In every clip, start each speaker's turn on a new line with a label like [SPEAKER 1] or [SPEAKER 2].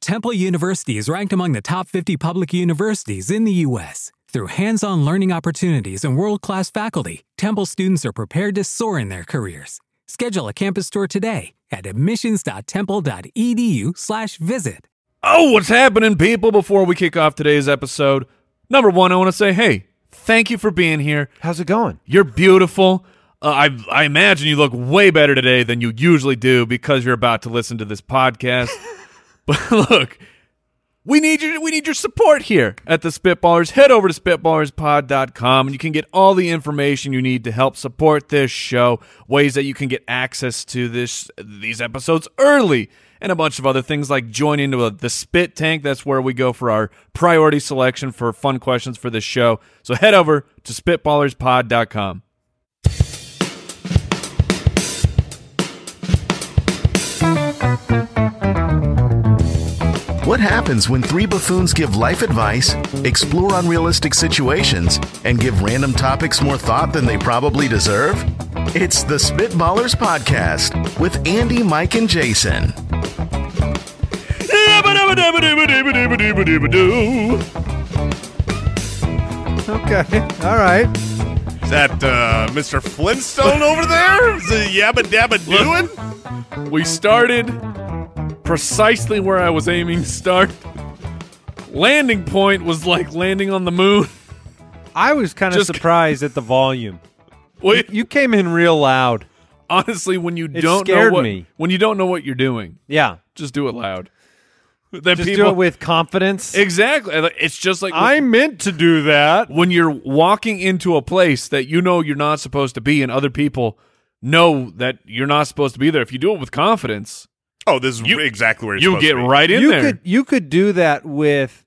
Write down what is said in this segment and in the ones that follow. [SPEAKER 1] Temple University is ranked among the top 50 public universities in the U.S. Through hands on learning opportunities and world class faculty, Temple students are prepared to soar in their careers. Schedule a campus tour today at E admissions.temple.edu/slash visit.
[SPEAKER 2] Oh, what's happening, people? Before we kick off today's episode, number one, I want to say, hey, thank you for being here.
[SPEAKER 3] How's it going?
[SPEAKER 2] You're beautiful. Uh, I I imagine you look way better today than you usually do because you're about to listen to this podcast. but look, we need your we need your support here at the Spitballers. Head over to spitballerspod.com and you can get all the information you need to help support this show, ways that you can get access to this these episodes early, and a bunch of other things like join into a, the Spit Tank. That's where we go for our priority selection for fun questions for this show. So head over to spitballerspod.com.
[SPEAKER 4] What happens when three buffoons give life advice, explore unrealistic situations, and give random topics more thought than they probably deserve? It's the Spitballers Podcast with Andy, Mike, and Jason.
[SPEAKER 2] Is
[SPEAKER 3] Okay. All right.
[SPEAKER 2] that uh, Mr. Flintstone over there? Is it yabba dabba doing? We started precisely where I was aiming to start. Landing point was like landing on the moon.
[SPEAKER 3] I was kind of
[SPEAKER 2] Just-
[SPEAKER 3] surprised at the volume.
[SPEAKER 2] Wait,
[SPEAKER 3] You came in real loud.
[SPEAKER 2] honestly, when you don't know
[SPEAKER 3] scared
[SPEAKER 2] what
[SPEAKER 3] me.
[SPEAKER 2] when you don't know what you're doing,
[SPEAKER 3] Yeah.
[SPEAKER 2] just do it loud. Then
[SPEAKER 3] Just
[SPEAKER 2] people
[SPEAKER 3] do it with confidence.
[SPEAKER 2] exactly. It's just like
[SPEAKER 3] I meant to do that.
[SPEAKER 2] when you're walking into a place that you know you're not supposed to be and other people know that you're not supposed to be there if you do it with confidence
[SPEAKER 5] Oh, this is
[SPEAKER 2] You-
[SPEAKER 5] exactly where it's
[SPEAKER 2] you
[SPEAKER 5] supposed
[SPEAKER 2] get
[SPEAKER 5] to be.
[SPEAKER 2] right in
[SPEAKER 3] you
[SPEAKER 2] there
[SPEAKER 3] could you could do that with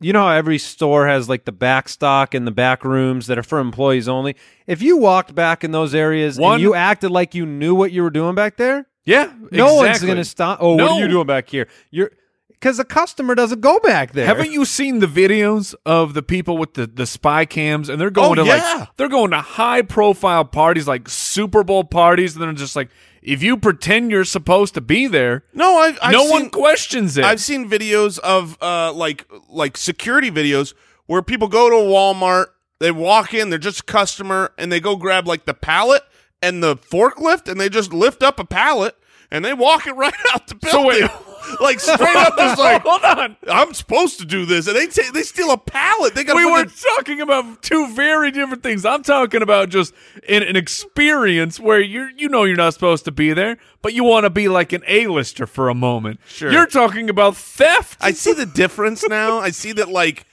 [SPEAKER 3] you know how every store has like the back stock and the back rooms that are for employees only. If you walked back in those areas
[SPEAKER 2] One-
[SPEAKER 3] and you acted like you knew what you were doing back there,
[SPEAKER 2] yeah
[SPEAKER 3] no one's
[SPEAKER 2] exactly.
[SPEAKER 3] going to stop. Oh, what
[SPEAKER 2] No.
[SPEAKER 3] are you doing back here? You're because the customer doesn't go back there.
[SPEAKER 2] haven't you seen the videos of the people with the, the spy cams and they're going to
[SPEAKER 5] Oh, yeah.
[SPEAKER 2] like they're going to high profile parties like super bowl parties and they're just like if you pretend you're supposed to be there
[SPEAKER 5] No, I've, I've
[SPEAKER 2] no
[SPEAKER 5] seen,
[SPEAKER 2] one questions it
[SPEAKER 5] I've seen videos of uh, like like security videos where people go to Walmart, they walk in, they're just a customer, and they go grab like the pallet and the forklift, and they just lift up a pallet and they walk it right out the
[SPEAKER 2] So wait-
[SPEAKER 5] building, like straight up, just like
[SPEAKER 2] hold on
[SPEAKER 5] I'm supposed to do this, and they ta- they steal a pallet. They got
[SPEAKER 2] we were talking about two very different things. I'm talking about just an, an experience where you you know you're not supposed to be there, but you want to be like an A-lister for a moment.
[SPEAKER 5] Sure.
[SPEAKER 2] You're talking about theft.
[SPEAKER 5] I see the difference now. I see that like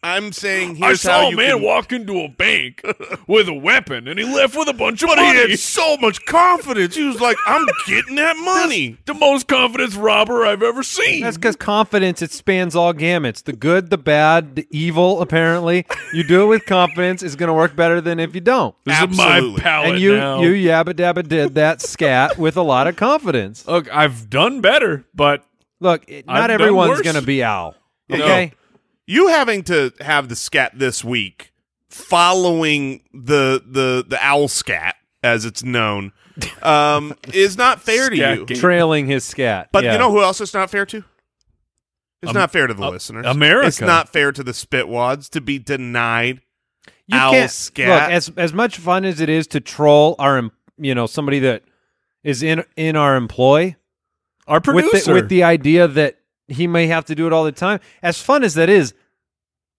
[SPEAKER 5] I'm saying
[SPEAKER 2] I
[SPEAKER 5] here's
[SPEAKER 2] saw
[SPEAKER 5] how
[SPEAKER 2] a
[SPEAKER 5] you
[SPEAKER 2] man
[SPEAKER 5] can-
[SPEAKER 2] walk into a bank with a weapon, and he left with a bunch of
[SPEAKER 5] But
[SPEAKER 2] money.
[SPEAKER 5] he had so much confidence. He was like, "I'm getting that money."
[SPEAKER 2] the most confident robber I've ever seen.
[SPEAKER 3] That's because confidence it spans all gamuts: the good, the bad, the evil. Apparently, you do it with confidence is going to work better than if you don't.
[SPEAKER 2] This is my
[SPEAKER 5] Absolutely.
[SPEAKER 2] palette
[SPEAKER 3] and you
[SPEAKER 2] now.
[SPEAKER 3] you yabba dabba did that scat with a lot of confidence.
[SPEAKER 2] Look, I've done better, but
[SPEAKER 3] Look, it,
[SPEAKER 2] I've
[SPEAKER 3] not
[SPEAKER 2] done
[SPEAKER 3] everyone's
[SPEAKER 2] worse.
[SPEAKER 3] going to be Al.
[SPEAKER 5] No.
[SPEAKER 3] Okay,
[SPEAKER 5] You having to have the scat this week, following the the the owl scat as it's known, um, is not fair to
[SPEAKER 2] Scat
[SPEAKER 5] you.
[SPEAKER 2] game.
[SPEAKER 3] trailing his scat.
[SPEAKER 5] But
[SPEAKER 3] Yeah.
[SPEAKER 5] you know who else it's not fair to? It's
[SPEAKER 2] Am-
[SPEAKER 5] not fair to the
[SPEAKER 2] uh,
[SPEAKER 5] listeners.
[SPEAKER 2] America.
[SPEAKER 5] It's not fair to the spitwads to be denied.
[SPEAKER 3] you
[SPEAKER 5] owl
[SPEAKER 3] can't-
[SPEAKER 5] scat.
[SPEAKER 3] Look, as as much fun as it is to troll our, em- you know, somebody that is in in our employ
[SPEAKER 2] our producer
[SPEAKER 3] with the, with the idea that he may have to do it all the time. As fun as that is,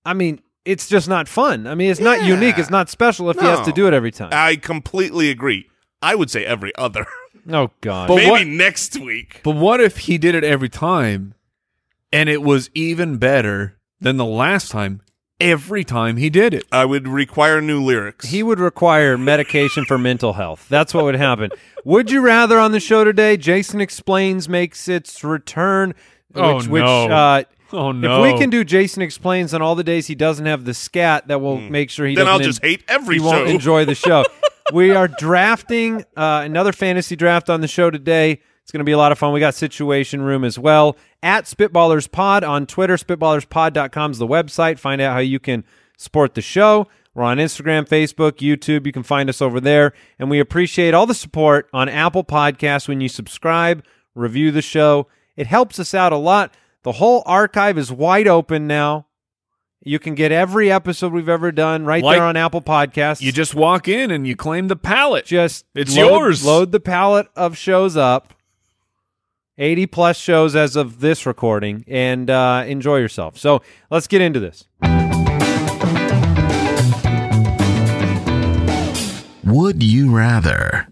[SPEAKER 3] I mean, it's just not fun. I mean, it's not
[SPEAKER 5] Yeah.
[SPEAKER 3] unique. It's not special if he has to
[SPEAKER 5] No.
[SPEAKER 3] do it every time.
[SPEAKER 2] Uh,
[SPEAKER 5] I completely agree. I would say every other.
[SPEAKER 3] oh God.
[SPEAKER 2] But
[SPEAKER 5] Maybe
[SPEAKER 2] what-
[SPEAKER 5] next week.
[SPEAKER 2] But what if he did it every time and it was even better than the last time every time he did it?
[SPEAKER 5] I would require new lyrics.
[SPEAKER 3] He would require medication for mental health. That's what would happen. would you rather on the show today? Jason explains makes its return. Which,
[SPEAKER 2] Oh,
[SPEAKER 3] which,
[SPEAKER 2] no.
[SPEAKER 3] uh,
[SPEAKER 2] Oh
[SPEAKER 3] If we can do Jason explains on all the days he doesn't have the scat, that will
[SPEAKER 2] Hmm.
[SPEAKER 3] make sure he
[SPEAKER 5] then
[SPEAKER 3] doesn't
[SPEAKER 5] I'll just
[SPEAKER 3] en-
[SPEAKER 5] hate every
[SPEAKER 3] he won't
[SPEAKER 5] show.
[SPEAKER 3] enjoy the show. we are drafting uh, another fantasy draft on the show today. It's going to be a lot of fun. We got Situation Room as well at Spitballers Pod on Twitter. SpitballersPod.com is the website. Find out how you can support the show. We're on Instagram, Facebook, YouTube. You can find us over there. And we appreciate all the support on Apple Podcasts when you subscribe, review the show. It helps us out a lot. The whole archive is wide open now. You can get every episode we've ever done right
[SPEAKER 2] Like-
[SPEAKER 3] there on Apple Podcasts.
[SPEAKER 2] You just walk in and you claim the pallet.
[SPEAKER 3] just
[SPEAKER 2] It's
[SPEAKER 3] load-
[SPEAKER 2] yours.
[SPEAKER 3] Load the palette of shows up. 80 plus shows as of this recording and uh, enjoy yourself. So let's get into this.
[SPEAKER 4] Would you rather?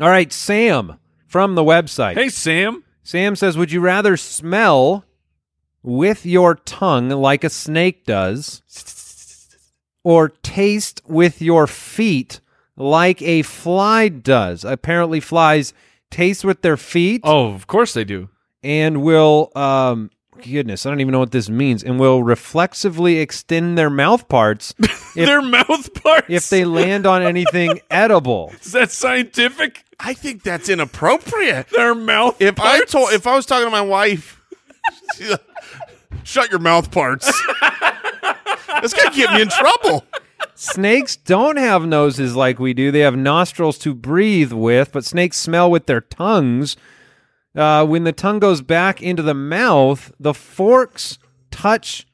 [SPEAKER 3] All right, Sam from the website.
[SPEAKER 2] hey, Sam.
[SPEAKER 3] Sam says, Would you rather smell with your tongue like a snake does or taste with your feet like a fly does? Apparently, flies taste with their feet
[SPEAKER 2] Oh, of course they do.
[SPEAKER 3] and will, um, goodness, I don't even know what this means, and will reflexively extend their mouth parts If-
[SPEAKER 2] Their mouth parts.
[SPEAKER 3] if they land on anything edible.
[SPEAKER 2] is that scientific?
[SPEAKER 5] I think that's inappropriate.
[SPEAKER 2] Their mouth.
[SPEAKER 5] If I
[SPEAKER 2] parts?
[SPEAKER 5] told, if I was talking to my wife, she's like, shut your mouth parts. That's gonna get me in trouble.
[SPEAKER 3] Snakes don't have noses like we do. They have nostrils to breathe with, but snakes smell with their tongues. Uh, when the tongue goes back into the mouth, the forks touch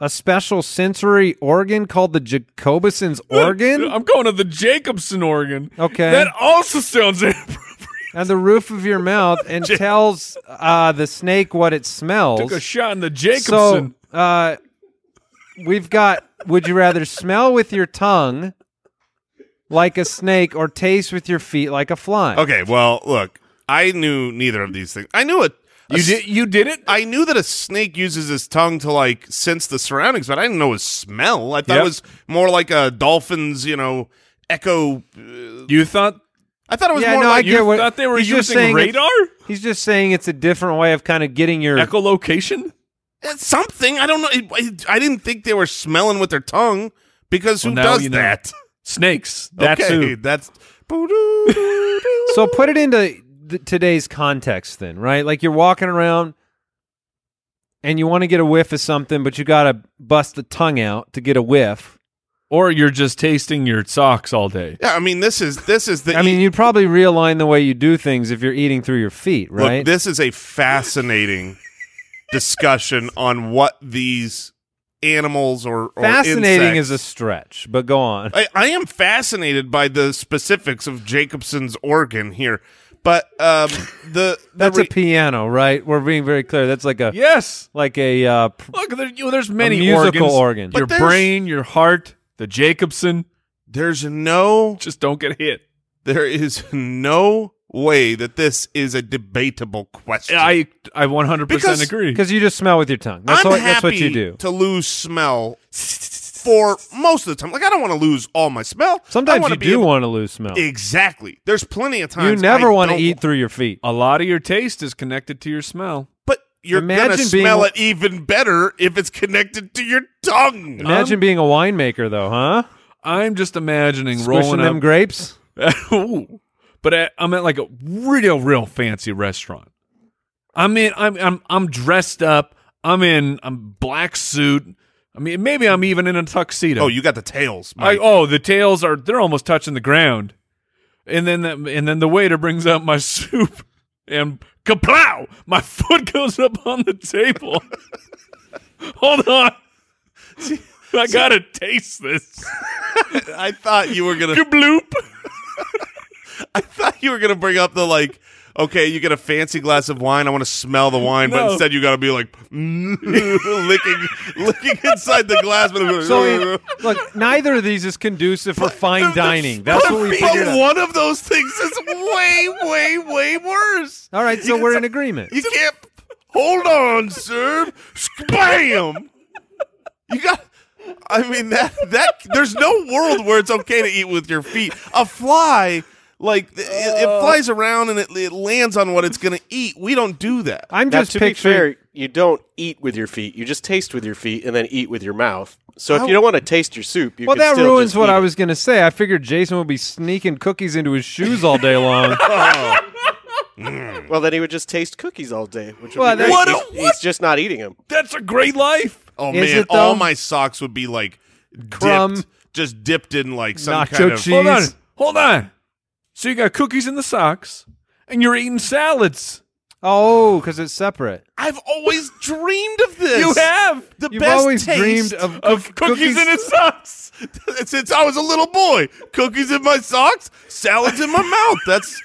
[SPEAKER 3] a special sensory organ called the Jacobson's organ
[SPEAKER 2] I'm going to the Jacobson organ.
[SPEAKER 3] Okay.
[SPEAKER 2] That also sounds inappropriate.
[SPEAKER 3] on the roof of your mouth and tells uh, the snake what it smells.
[SPEAKER 2] Took a shot in the Jacobson.
[SPEAKER 3] So, uh, we've got would you rather smell with your tongue like a snake or taste with your feet like a fly?
[SPEAKER 5] Okay, well, look, I knew neither of these things. I knew it.
[SPEAKER 2] you did. You did it.
[SPEAKER 5] I knew that a snake uses his tongue to like sense the surroundings, but I didn't know his smell. I thought
[SPEAKER 2] Yep.
[SPEAKER 5] it was more like a dolphin's, you know, echo. uh,
[SPEAKER 2] You thought
[SPEAKER 5] I thought it was
[SPEAKER 3] Yeah,
[SPEAKER 5] more
[SPEAKER 3] no,
[SPEAKER 5] like
[SPEAKER 3] I get
[SPEAKER 2] you
[SPEAKER 3] what-
[SPEAKER 2] thought they were
[SPEAKER 3] he's just
[SPEAKER 2] using
[SPEAKER 3] saying it's-
[SPEAKER 2] radar
[SPEAKER 3] He's just saying it's a different way of kind of getting your
[SPEAKER 2] echolocation.
[SPEAKER 5] That's something. I don't know. It- I, I didn't think they were smelling with their tongue because who
[SPEAKER 2] Well, now
[SPEAKER 5] does
[SPEAKER 2] you know.
[SPEAKER 5] that?
[SPEAKER 2] Snakes. That's
[SPEAKER 5] okay,
[SPEAKER 2] who.
[SPEAKER 5] that's. Boo-doo-doo-doo.
[SPEAKER 3] So put it into th- today's context then, right? Like you're walking around and you want to get a whiff of something, but you got to bust the tongue out to get a whiff.
[SPEAKER 2] Or you're just tasting your socks all day.
[SPEAKER 5] Yeah, I mean, this is this is the. e-,
[SPEAKER 3] I mean, you'd probably realign the way you do things if you're eating through your feet,
[SPEAKER 5] look,
[SPEAKER 3] right?
[SPEAKER 5] this is a fascinating discussion on what these animals or, or
[SPEAKER 3] Fascinating is a
[SPEAKER 5] insects-
[SPEAKER 3] stretch, but go on.
[SPEAKER 5] I, I am fascinated by the specifics of Jacobson's organ here, but um, the, the
[SPEAKER 3] That's
[SPEAKER 5] re-
[SPEAKER 3] a piano, right? We're being very clear. That's like a
[SPEAKER 2] Yes.
[SPEAKER 3] like a uh, pr-
[SPEAKER 2] Look, there, you, there's many
[SPEAKER 3] musical
[SPEAKER 2] organs.
[SPEAKER 3] organ.
[SPEAKER 5] But
[SPEAKER 2] Your
[SPEAKER 5] there's-
[SPEAKER 2] brain, your heart, the Jacobson.
[SPEAKER 5] there's no
[SPEAKER 2] Just don't get hit.
[SPEAKER 5] there is no way that this is a debatable question.
[SPEAKER 2] I I 100
[SPEAKER 5] Because-
[SPEAKER 2] percent agree.
[SPEAKER 3] because you just smell with your tongue. That's
[SPEAKER 5] I'm
[SPEAKER 3] what
[SPEAKER 5] happy
[SPEAKER 3] that's what you do.
[SPEAKER 5] to lose smell for most of the time. Like I don't want to lose all my smell. I
[SPEAKER 3] Sometimes
[SPEAKER 5] wanna
[SPEAKER 3] you
[SPEAKER 5] be
[SPEAKER 3] do
[SPEAKER 5] able-
[SPEAKER 3] want to lose smell.
[SPEAKER 5] Exactly. There's plenty of
[SPEAKER 3] You
[SPEAKER 5] times
[SPEAKER 3] never
[SPEAKER 5] want
[SPEAKER 3] to eat through your feet.
[SPEAKER 2] A lot of your taste is connected to your smell.
[SPEAKER 5] but you're gonna
[SPEAKER 3] Imagine being-
[SPEAKER 5] smell it even better if it's connected to your tongue.
[SPEAKER 3] Imagine being a winemaker, though, huh?
[SPEAKER 2] I'm just imagining
[SPEAKER 3] Squishing
[SPEAKER 2] rolling
[SPEAKER 3] them
[SPEAKER 2] up.
[SPEAKER 3] grapes.
[SPEAKER 2] Ooh. but I, I'm at like a real, real fancy restaurant. I'm in. I'm I'm I'm dressed up. I'm in. I'm black suit. I mean, maybe I'm even in a tuxedo.
[SPEAKER 5] Oh, you got the tails.
[SPEAKER 2] I,
[SPEAKER 5] Mike.
[SPEAKER 2] oh, the tails are they're almost touching the ground, and then the, and then the waiter brings out my soup, and kaplow, my foot goes up on the table. Hold on, I gotta taste this.
[SPEAKER 5] I thought you were gonna.
[SPEAKER 2] Kabloop.
[SPEAKER 5] I thought you were gonna bring up the like. Okay, you get a fancy glass of wine. I want to smell the wine, but
[SPEAKER 2] No.
[SPEAKER 5] instead you got to be like licking, licking inside the glass. But
[SPEAKER 3] So it- look, neither of these is conducive for fine dining. That's what we figured
[SPEAKER 5] But
[SPEAKER 3] out.
[SPEAKER 5] one of those things is way, way, way worse.
[SPEAKER 3] All right, so we're in agreement.
[SPEAKER 5] You can't. Hold on, sir. Spam. You got. I mean that that there's no world where it's okay to eat with your feet. A fly, like it,
[SPEAKER 3] Uh.
[SPEAKER 5] it flies around and it, it lands on what it's gonna eat. We don't do that.
[SPEAKER 3] I'm
[SPEAKER 6] Now,
[SPEAKER 3] just
[SPEAKER 6] to be
[SPEAKER 3] picturing.
[SPEAKER 6] fair, you don't eat with your feet. You just taste with your feet and then eat with your mouth. So if you don't want to taste your soup, you
[SPEAKER 3] Well,
[SPEAKER 6] can
[SPEAKER 3] that
[SPEAKER 6] still
[SPEAKER 3] ruins
[SPEAKER 6] just
[SPEAKER 3] what
[SPEAKER 6] eat
[SPEAKER 3] I
[SPEAKER 6] it.
[SPEAKER 3] was going to say. I figured Jason would be sneaking cookies into his shoes all day long.
[SPEAKER 6] Well, then he would just taste cookies all day, which would
[SPEAKER 3] Well,
[SPEAKER 6] be
[SPEAKER 3] that-
[SPEAKER 6] great.
[SPEAKER 2] What a-
[SPEAKER 6] He's- he's just not eating them.
[SPEAKER 2] That's a great life.
[SPEAKER 5] Oh
[SPEAKER 3] Is
[SPEAKER 5] man,
[SPEAKER 3] it,
[SPEAKER 5] all
[SPEAKER 3] though?
[SPEAKER 5] my socks would be like
[SPEAKER 3] Crumb.
[SPEAKER 5] dipped, just dipped in like some
[SPEAKER 3] Nacho
[SPEAKER 5] kind of
[SPEAKER 3] cheese.
[SPEAKER 2] Hold on, hold on. So you got cookies in the socks, and you're eating salads.
[SPEAKER 3] Oh, because it's separate.
[SPEAKER 5] I've always dreamed of this.
[SPEAKER 2] You have.
[SPEAKER 5] the
[SPEAKER 3] You've
[SPEAKER 5] best
[SPEAKER 3] always
[SPEAKER 5] taste
[SPEAKER 3] dreamed of
[SPEAKER 2] Of
[SPEAKER 3] cook-
[SPEAKER 2] cookies, in
[SPEAKER 3] cookies-
[SPEAKER 2] his socks.
[SPEAKER 5] since I was a little boy. Cookies in my socks, salads in my mouth. That's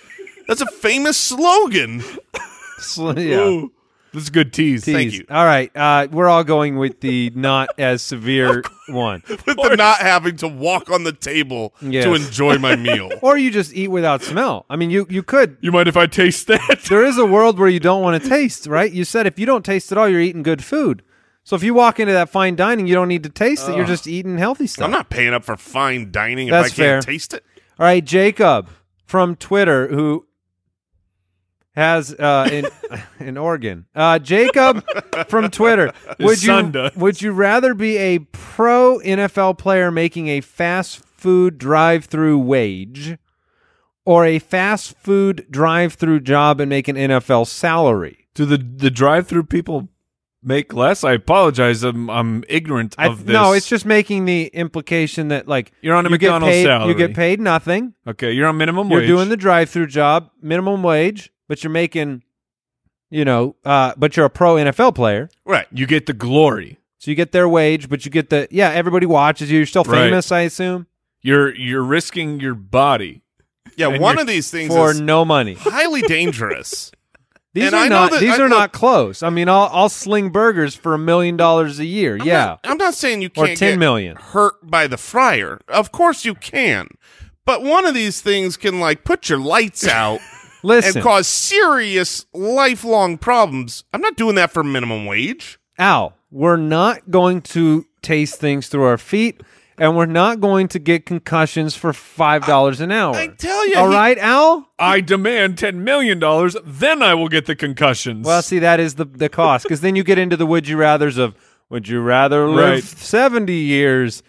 [SPEAKER 5] that's a famous slogan.
[SPEAKER 3] yeah.
[SPEAKER 2] Ooh. This is good tease.
[SPEAKER 5] Thank
[SPEAKER 3] Jeez.
[SPEAKER 5] you.
[SPEAKER 3] All right, uh, we're all going with the not as severe one,
[SPEAKER 5] With the not having to walk on the table
[SPEAKER 3] Yes.
[SPEAKER 5] to enjoy my meal.
[SPEAKER 3] or you just eat without smell. I mean, you you could.
[SPEAKER 2] You mind if I taste that?
[SPEAKER 3] There is a world where you don't want to taste, right? You said if you don't taste at all, you're eating good food. So if you walk into that fine dining, you don't need to taste it. You're just eating healthy stuff.
[SPEAKER 5] I'm not paying up for fine dining
[SPEAKER 3] That's
[SPEAKER 5] if I can't
[SPEAKER 3] fair.
[SPEAKER 5] taste it.
[SPEAKER 3] All right, Jacob from Twitter, who has uh, in in Oregon. Uh, Jacob from Twitter, would
[SPEAKER 2] son
[SPEAKER 3] you
[SPEAKER 2] does.
[SPEAKER 3] would you rather be a pro NFL player making a fast food drive through wage, or a fast food drive through job and make an NFL salary?
[SPEAKER 2] Do the the drive through people make less? I apologize. I'm I'm ignorant
[SPEAKER 3] I-
[SPEAKER 2] of this.
[SPEAKER 3] No, it's just making the implication that like
[SPEAKER 2] You're on a
[SPEAKER 3] you get
[SPEAKER 2] McDonald's
[SPEAKER 3] paid-
[SPEAKER 2] salary.
[SPEAKER 3] You get paid nothing.
[SPEAKER 2] okay. You're on minimum
[SPEAKER 3] you're
[SPEAKER 2] wage.
[SPEAKER 3] doing the drive-through job, minimum wage, but you're making, you know, uh, but you're a pro NFL player,
[SPEAKER 5] Right.
[SPEAKER 2] You get the glory.
[SPEAKER 3] so you get their wage, but you get the yeah. Everybody watches you. You're still
[SPEAKER 2] Right.
[SPEAKER 3] famous, I assume,
[SPEAKER 2] You're you're risking your body.
[SPEAKER 5] Yeah,
[SPEAKER 2] And
[SPEAKER 5] one
[SPEAKER 2] you're-
[SPEAKER 5] of these things
[SPEAKER 3] for
[SPEAKER 5] is
[SPEAKER 3] no money.
[SPEAKER 5] highly dangerous.
[SPEAKER 3] These
[SPEAKER 5] And
[SPEAKER 3] are
[SPEAKER 5] I know
[SPEAKER 3] not
[SPEAKER 5] that-
[SPEAKER 3] these
[SPEAKER 5] I-
[SPEAKER 3] are not
[SPEAKER 5] look-
[SPEAKER 3] close. I mean, I'll I'll sling burgers for a million dollars a year.
[SPEAKER 5] I'm
[SPEAKER 3] yeah,
[SPEAKER 5] not- I'm not saying you
[SPEAKER 3] Or
[SPEAKER 5] can't
[SPEAKER 3] 10
[SPEAKER 5] get
[SPEAKER 3] million.
[SPEAKER 5] hurt by the fryer. Of course you can. But one of these things can like put your lights out
[SPEAKER 3] listen,
[SPEAKER 5] and cause serious lifelong problems. I'm not doing that for minimum wage.
[SPEAKER 3] Al, we're not going to taste things through our feet. And we're not going to get concussions for five dollars an hour.
[SPEAKER 5] I tell ya,
[SPEAKER 3] all
[SPEAKER 5] he-
[SPEAKER 3] right, Al.
[SPEAKER 2] I demand ten million dollars, then I will get the concussions.
[SPEAKER 3] Well, see, that is the the cost because then you get into the would you rather's of would you rather live
[SPEAKER 2] Right.
[SPEAKER 3] seventy years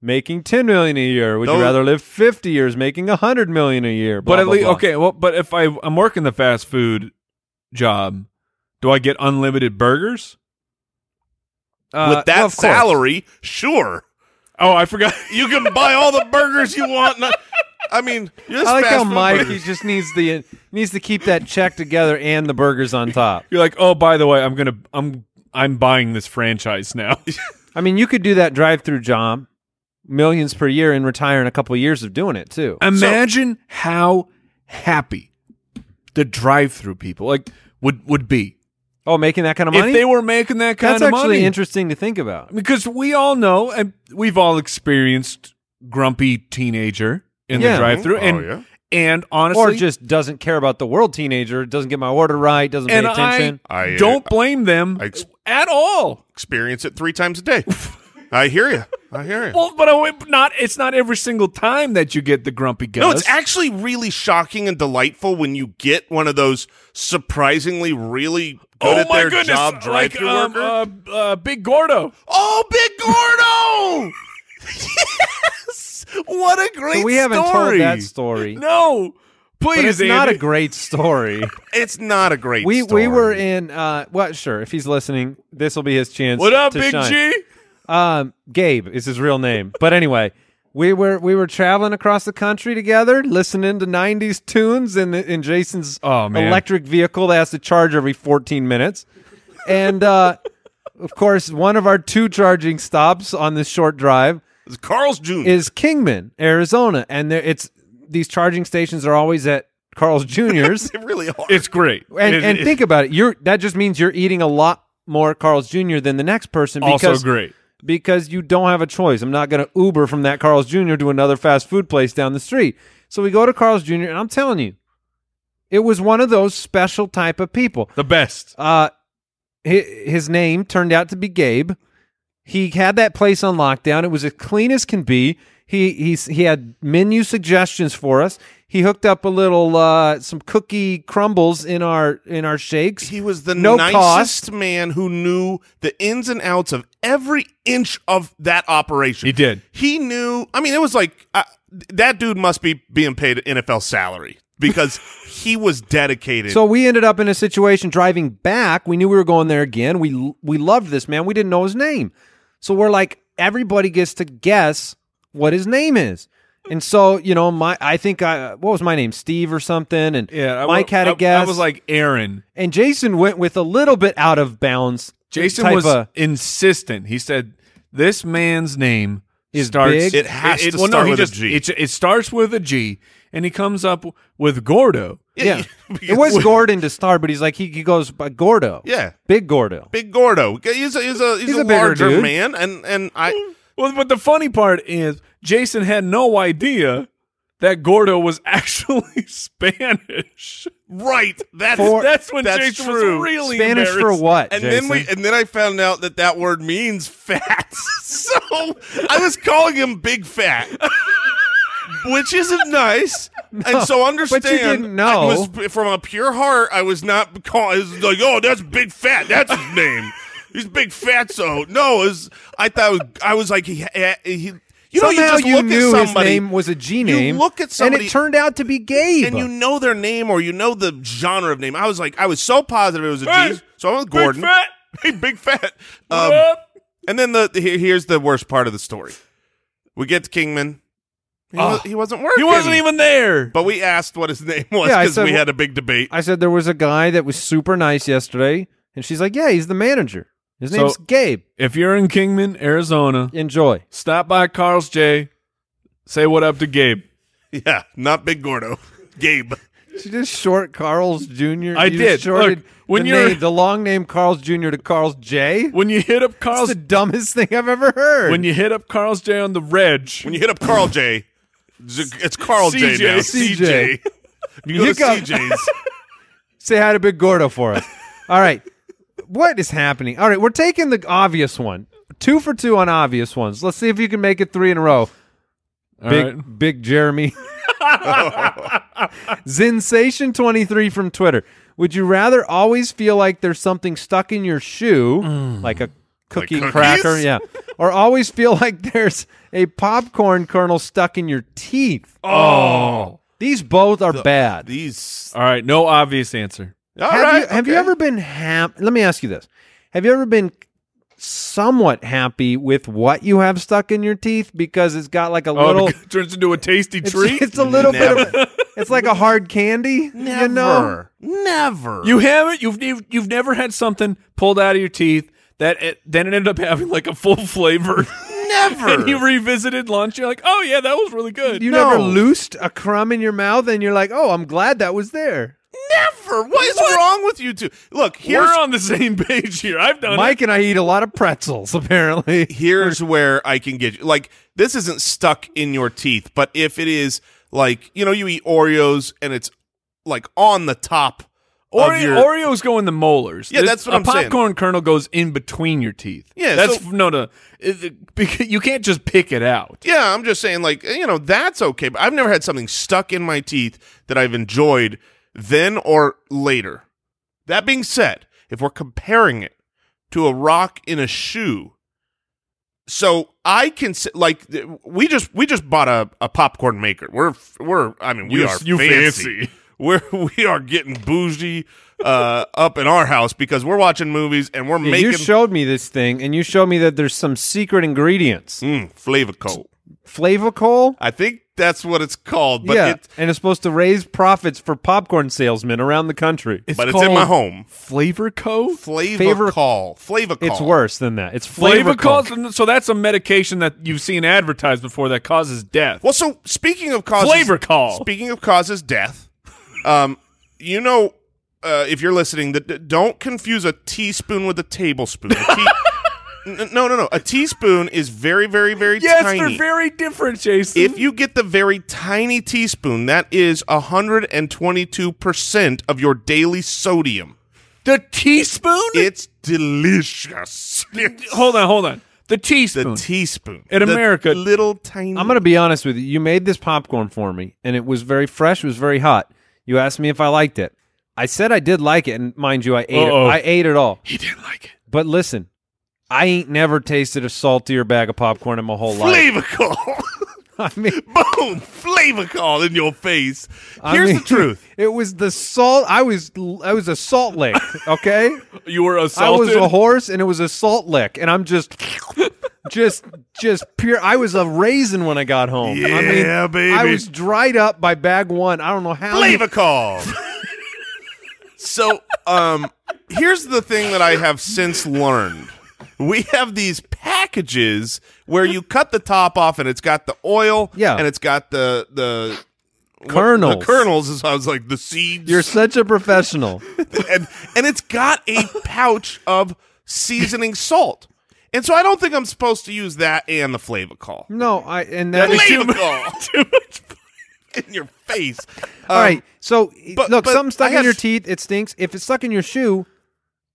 [SPEAKER 3] making ten million a year? Would
[SPEAKER 5] Those-
[SPEAKER 3] you rather live fifty years making hundred million a year? Blah,
[SPEAKER 2] but at
[SPEAKER 3] blah,
[SPEAKER 2] least
[SPEAKER 3] blah.
[SPEAKER 2] okay. Well, but if I I'm working the fast food job, do I get unlimited burgers?
[SPEAKER 3] Uh,
[SPEAKER 5] With that
[SPEAKER 3] well, of course.
[SPEAKER 5] salary, sure.
[SPEAKER 2] Oh, I forgot.
[SPEAKER 5] You can buy all the burgers you want. Not- I mean, just
[SPEAKER 3] I like
[SPEAKER 5] fast
[SPEAKER 3] how
[SPEAKER 5] food
[SPEAKER 3] Mike he
[SPEAKER 5] burgers.
[SPEAKER 3] just needs the needs to keep that check together and the burgers on top.
[SPEAKER 2] You're like, oh, by the way, I'm gonna I'm I'm buying this franchise now.
[SPEAKER 3] I mean, you could do that drive-through job, millions per year, and retire in a couple of years of doing it too.
[SPEAKER 2] Imagine how happy the drive-through people like would would be
[SPEAKER 3] Oh, making that kind of money.
[SPEAKER 2] if they were making that kind
[SPEAKER 3] That's
[SPEAKER 2] of
[SPEAKER 3] actually
[SPEAKER 2] money.
[SPEAKER 3] interesting to think about.
[SPEAKER 2] because we all know and we've all experienced grumpy teenager in
[SPEAKER 3] Yeah.
[SPEAKER 2] the drive-through
[SPEAKER 5] Oh,
[SPEAKER 2] and
[SPEAKER 5] yeah.
[SPEAKER 2] and honestly
[SPEAKER 3] or just doesn't care about the world teenager, doesn't get my order right, doesn't
[SPEAKER 2] and
[SPEAKER 3] pay attention.
[SPEAKER 2] I,
[SPEAKER 5] I, uh,
[SPEAKER 2] don't blame them
[SPEAKER 5] I ex-
[SPEAKER 2] at all.
[SPEAKER 5] experience it three times a day. I hear you. I hear you.
[SPEAKER 2] Well, but I- not it's not every single time that you get the grumpy guys.
[SPEAKER 5] No, it's actually really shocking and delightful when you get one of those surprisingly really good
[SPEAKER 2] oh
[SPEAKER 5] at
[SPEAKER 2] my
[SPEAKER 5] their
[SPEAKER 2] goodness,
[SPEAKER 5] job
[SPEAKER 2] like
[SPEAKER 5] drive-through
[SPEAKER 2] um,
[SPEAKER 5] worker.
[SPEAKER 2] uh, uh, Big Gordo.
[SPEAKER 5] oh, Big Gordo! yes, what a great
[SPEAKER 3] So we haven't
[SPEAKER 5] story.
[SPEAKER 3] told that story.
[SPEAKER 2] No, please,
[SPEAKER 3] but it's not
[SPEAKER 2] Andy.
[SPEAKER 3] a great story.
[SPEAKER 5] It's not a great.
[SPEAKER 3] we
[SPEAKER 5] story.
[SPEAKER 3] we were in uh well, sure, if he's listening, this will be his chance.
[SPEAKER 2] What up,
[SPEAKER 3] to
[SPEAKER 2] Big
[SPEAKER 3] shine.
[SPEAKER 2] G?
[SPEAKER 3] Um Gabe is his real name. But anyway, we were we were traveling across the country together, listening to 90s tunes in the, in Jason's
[SPEAKER 2] Oh, man.
[SPEAKER 3] electric vehicle that has to charge every 14 minutes. And uh of course, one of our two charging stops on this short drive
[SPEAKER 5] It's Carl's June.
[SPEAKER 3] is Kingman, Arizona, and there it's these charging stations are always at Carl's Jr.'s.
[SPEAKER 5] they really are.
[SPEAKER 2] It's great.
[SPEAKER 3] and
[SPEAKER 2] It-
[SPEAKER 3] and
[SPEAKER 2] it-
[SPEAKER 3] think about it, you're that just means you're eating a lot more Carl's Jr. than the next person because
[SPEAKER 2] also great.
[SPEAKER 3] because you don't have a choice. I'm not going to Uber from that Carl's Jr. to another fast food place down the street. So we go to Carl's Jr. and I'm telling you, it was one of those special type of people.
[SPEAKER 2] The best.
[SPEAKER 3] Uh, his, his name turned out to be Gabe. He had that place on lockdown. It was as clean as can be. He he's, he had menu suggestions for us. He hooked up a little uh, some cookie crumbles in our in our shakes.
[SPEAKER 5] he was the
[SPEAKER 3] No
[SPEAKER 5] nicest
[SPEAKER 3] cost.
[SPEAKER 5] man who knew the ins and outs of every inch of that operation.
[SPEAKER 2] He did.
[SPEAKER 5] He knew. I mean, it was like uh, that dude must be being paid an NFL salary because he was dedicated.
[SPEAKER 3] So we ended up in a situation driving back. We knew we were going there again. We we loved this man. We didn't know his name. So we're like everybody gets to guess what his name is. And so, you know, my I think I what was my name, Steve or something, and
[SPEAKER 2] Yeah, I-
[SPEAKER 3] Mike had
[SPEAKER 2] I-
[SPEAKER 3] a guess.
[SPEAKER 2] I was like Aaron.
[SPEAKER 3] and Jason went with a little bit out of bounds.
[SPEAKER 2] Jason
[SPEAKER 3] type
[SPEAKER 2] was
[SPEAKER 3] of-
[SPEAKER 2] insistent. He said, "This man's name
[SPEAKER 3] Is
[SPEAKER 2] starts.
[SPEAKER 3] big?
[SPEAKER 5] It has to
[SPEAKER 2] well, no,
[SPEAKER 5] start
[SPEAKER 2] he
[SPEAKER 5] with a
[SPEAKER 2] just-
[SPEAKER 5] G.
[SPEAKER 2] It, it starts with a G, and he comes up with Gordo.
[SPEAKER 3] yeah. it was Gordon to start, but he's like he, he goes by Gordo.
[SPEAKER 5] Yeah.
[SPEAKER 3] big Gordo.
[SPEAKER 5] Big Gordo. He's a he's a he's,
[SPEAKER 3] He's
[SPEAKER 5] a,
[SPEAKER 3] a bigger
[SPEAKER 5] larger
[SPEAKER 3] dude. Mm-hmm.
[SPEAKER 5] man, and and I
[SPEAKER 2] Well, but the funny part is Jason had no idea that Gordo was actually Spanish.
[SPEAKER 5] right that's
[SPEAKER 3] For-
[SPEAKER 2] That's when
[SPEAKER 5] That's
[SPEAKER 2] Jason
[SPEAKER 5] true.
[SPEAKER 2] was really
[SPEAKER 3] Spanish for
[SPEAKER 2] embarrassed.
[SPEAKER 3] what?
[SPEAKER 5] And
[SPEAKER 3] Jason?
[SPEAKER 5] then we and then I found out that that word means fat. so I was calling him big fat. Which isn't nice, and so understand.
[SPEAKER 3] didn't know.
[SPEAKER 5] I was, from a pure heart. I was not calling. It was like, oh, that's big fat. That's his name. He's big fat. So no, it was, I thought it was, I was like he. he, he- you know, you
[SPEAKER 3] Somehow
[SPEAKER 5] just
[SPEAKER 3] you
[SPEAKER 5] look
[SPEAKER 3] knew
[SPEAKER 5] at
[SPEAKER 3] his
[SPEAKER 5] somebody
[SPEAKER 3] name was a G name.
[SPEAKER 5] You look at somebody
[SPEAKER 3] and it turned out to be Gabe.
[SPEAKER 5] and you know their name or you know the genre of name. I was like, I was so positive it was a G,
[SPEAKER 2] Hey,
[SPEAKER 5] so I went with
[SPEAKER 2] big
[SPEAKER 5] Gordon.
[SPEAKER 2] fat.
[SPEAKER 5] Hey, big fat.
[SPEAKER 2] What
[SPEAKER 5] Um,
[SPEAKER 2] up?
[SPEAKER 5] and then the, the here- here's the worst part of the story. We get to Kingman. He, wa- he wasn't
[SPEAKER 2] He
[SPEAKER 5] working.
[SPEAKER 2] wasn't even there.
[SPEAKER 5] But we asked what his name was
[SPEAKER 3] Yeah, I
[SPEAKER 5] because
[SPEAKER 3] said,
[SPEAKER 5] we
[SPEAKER 3] wh-
[SPEAKER 5] had a big debate.
[SPEAKER 3] I said there was a guy that was super nice yesterday, and she's like, "Yeah, he's the manager. His
[SPEAKER 2] So-
[SPEAKER 3] name's Gabe.
[SPEAKER 2] if you're in Kingman, Arizona,
[SPEAKER 3] Enjoy."
[SPEAKER 2] stop by Carl's J, say what up to Gabe.
[SPEAKER 5] yeah, not Big Gordo. Gabe.
[SPEAKER 3] She just short Carl's Jr.
[SPEAKER 2] I
[SPEAKER 3] you
[SPEAKER 2] did.
[SPEAKER 3] Shorted
[SPEAKER 2] Look, when
[SPEAKER 3] the,
[SPEAKER 2] you're-
[SPEAKER 3] name, the long name Carl's Jr. to Carl's J.
[SPEAKER 2] When you hit up
[SPEAKER 3] That's
[SPEAKER 2] Carl's
[SPEAKER 3] the dumbest thing I've ever heard.
[SPEAKER 2] when you hit up Carl's J on the reg,
[SPEAKER 5] When you hit up Carl J, it's it's Carl J now.
[SPEAKER 3] CJ.
[SPEAKER 5] CJ. You go to
[SPEAKER 3] Hiccup.
[SPEAKER 5] CJ's.
[SPEAKER 3] say hi to Big Gordo for us. All right, what is happening? All right, we're taking the obvious one. Two for two on obvious ones. Let's see if you can make it three in a row.
[SPEAKER 2] All
[SPEAKER 3] Big
[SPEAKER 2] right.
[SPEAKER 3] Big Jeremy. Sensation 23 from Twitter. Would you rather always feel like there's something stuck in your shoe, like a cookie
[SPEAKER 5] cookies?
[SPEAKER 3] cracker, yeah, or always feel like there's a popcorn kernel stuck in your teeth?
[SPEAKER 2] Oh.
[SPEAKER 3] These both are bad.
[SPEAKER 5] These.
[SPEAKER 2] All right, no obvious answer.
[SPEAKER 5] All
[SPEAKER 3] have
[SPEAKER 5] right,
[SPEAKER 3] you, have you
[SPEAKER 5] okay.
[SPEAKER 3] ever been happy? Let me ask you this: Have you ever been somewhat happy with what you have stuck in your teeth because it's got like a
[SPEAKER 2] Oh,
[SPEAKER 3] little
[SPEAKER 2] it turns into a tasty
[SPEAKER 3] It's,
[SPEAKER 2] treat.
[SPEAKER 3] it's a little bit of it's like a hard candy. You know?
[SPEAKER 5] Never. Never.
[SPEAKER 2] you haven't you've, you've you've never had something pulled out of your teeth that it, then it ended up having like a full flavor.
[SPEAKER 5] never.
[SPEAKER 2] and you revisited lunch. You're like, oh yeah, that was really good.
[SPEAKER 3] You never loosed a crumb in your mouth and you're like, oh, I'm glad that was there.
[SPEAKER 5] Never. What is wrong with you two? Look, here's
[SPEAKER 2] We're on the same page here. I've done it.
[SPEAKER 3] Mike and I eat a lot of pretzels, apparently.
[SPEAKER 5] here's where I can get you. Like this isn't stuck in your teeth, but if it is like you know you eat Oreos and it's like on the top
[SPEAKER 2] Oreo,
[SPEAKER 5] of your
[SPEAKER 2] Oreos go in the molars.
[SPEAKER 5] Yeah, that's what
[SPEAKER 2] a
[SPEAKER 5] I'm saying.
[SPEAKER 2] popcorn kernel goes in between your teeth.
[SPEAKER 5] Yeah,
[SPEAKER 2] that's
[SPEAKER 5] so-
[SPEAKER 2] no, no. It- it- because you can't just pick it out.
[SPEAKER 5] yeah. I'm just saying like you know that's okay, but I've never had something stuck in my teeth that I've enjoyed then or later. That being said, if we're comparing it to a rock in a shoe. So I can s- like th- we just we just bought a, a popcorn maker. We're f- we're I mean we
[SPEAKER 2] You-
[SPEAKER 5] are
[SPEAKER 2] you fancy.
[SPEAKER 5] We're we are getting bougie uh, up in our house because we're watching movies and we're making
[SPEAKER 3] You showed me this thing and you showed me that there's some secret ingredients.
[SPEAKER 5] mm, flavor coat.
[SPEAKER 3] Flavacol?
[SPEAKER 5] I think that's what it's called, but
[SPEAKER 3] yeah.
[SPEAKER 5] it,
[SPEAKER 3] and it's supposed to raise profits for popcorn salesmen around the country.
[SPEAKER 5] but it's in my home.
[SPEAKER 2] Flavor Co.
[SPEAKER 5] Flavor,
[SPEAKER 3] Favor-
[SPEAKER 5] call, flavor call.
[SPEAKER 3] It's worse than that. It's
[SPEAKER 2] Flavor
[SPEAKER 3] Flavacol.
[SPEAKER 2] Co. So that's a medication that you've seen advertised before that causes death.
[SPEAKER 5] Well, so speaking of causes,
[SPEAKER 2] Flavor call.
[SPEAKER 5] Speaking of causes, death. Um, you know, uh, if you're listening, that that- don't confuse a teaspoon with a tablespoon. A tea- N- no, no, no. A teaspoon is very, very, very
[SPEAKER 2] yes,
[SPEAKER 5] tiny.
[SPEAKER 2] they're very different, Jason.
[SPEAKER 5] if you get the very tiny teaspoon, that is 122% of your daily sodium.
[SPEAKER 2] the teaspoon.
[SPEAKER 5] It's delicious.
[SPEAKER 2] hold on, hold on. The
[SPEAKER 5] The
[SPEAKER 2] teaspoon.
[SPEAKER 5] teaspoon.
[SPEAKER 2] In
[SPEAKER 5] The
[SPEAKER 2] America-
[SPEAKER 5] Little tiny.
[SPEAKER 3] I'm going to be honest with you. You made this popcorn for me, and it was very fresh. It was very hot. You asked me if I liked it. I said I did like it, and mind you, I ate
[SPEAKER 2] Uh-oh.
[SPEAKER 3] it. I ate it all.
[SPEAKER 2] he didn't like it.
[SPEAKER 3] But listen, I ain't never tasted a saltier bag of popcorn in my whole life.
[SPEAKER 5] Flavor call.
[SPEAKER 3] I mean,
[SPEAKER 5] Boom. Flavor call in your face.
[SPEAKER 3] I
[SPEAKER 5] Here's
[SPEAKER 3] mean,
[SPEAKER 5] the truth.
[SPEAKER 3] It was the salt. I was I was a salt lick. Okay,
[SPEAKER 2] You were
[SPEAKER 3] I was
[SPEAKER 2] assaulted.
[SPEAKER 3] a horse, and it was a salt lick, and I'm just just just pure. I was a raisin when I got home. I mean,
[SPEAKER 5] Yeah, baby.
[SPEAKER 3] I was dried up by bag one. I don't know how.
[SPEAKER 5] Leave a call. so, um, here's the thing that I have since learned. We have these packages where you cut the top off and it's got the oil
[SPEAKER 3] Yeah.
[SPEAKER 5] and it's got the the what-
[SPEAKER 3] Kernels.
[SPEAKER 5] The kernels is I was like the seeds.
[SPEAKER 3] You're such a professional.
[SPEAKER 5] and and it's got a pouch of seasoning salt. And so I don't think I'm supposed to use that and the flavacol.
[SPEAKER 3] No, I and that is
[SPEAKER 5] Flavacol
[SPEAKER 2] Too much.
[SPEAKER 5] in your face.
[SPEAKER 3] all right. So
[SPEAKER 5] but-
[SPEAKER 3] look,
[SPEAKER 5] but
[SPEAKER 3] something
[SPEAKER 5] I
[SPEAKER 3] stuck in
[SPEAKER 5] have-
[SPEAKER 3] your teeth. It stinks. If it's stuck in your shoe,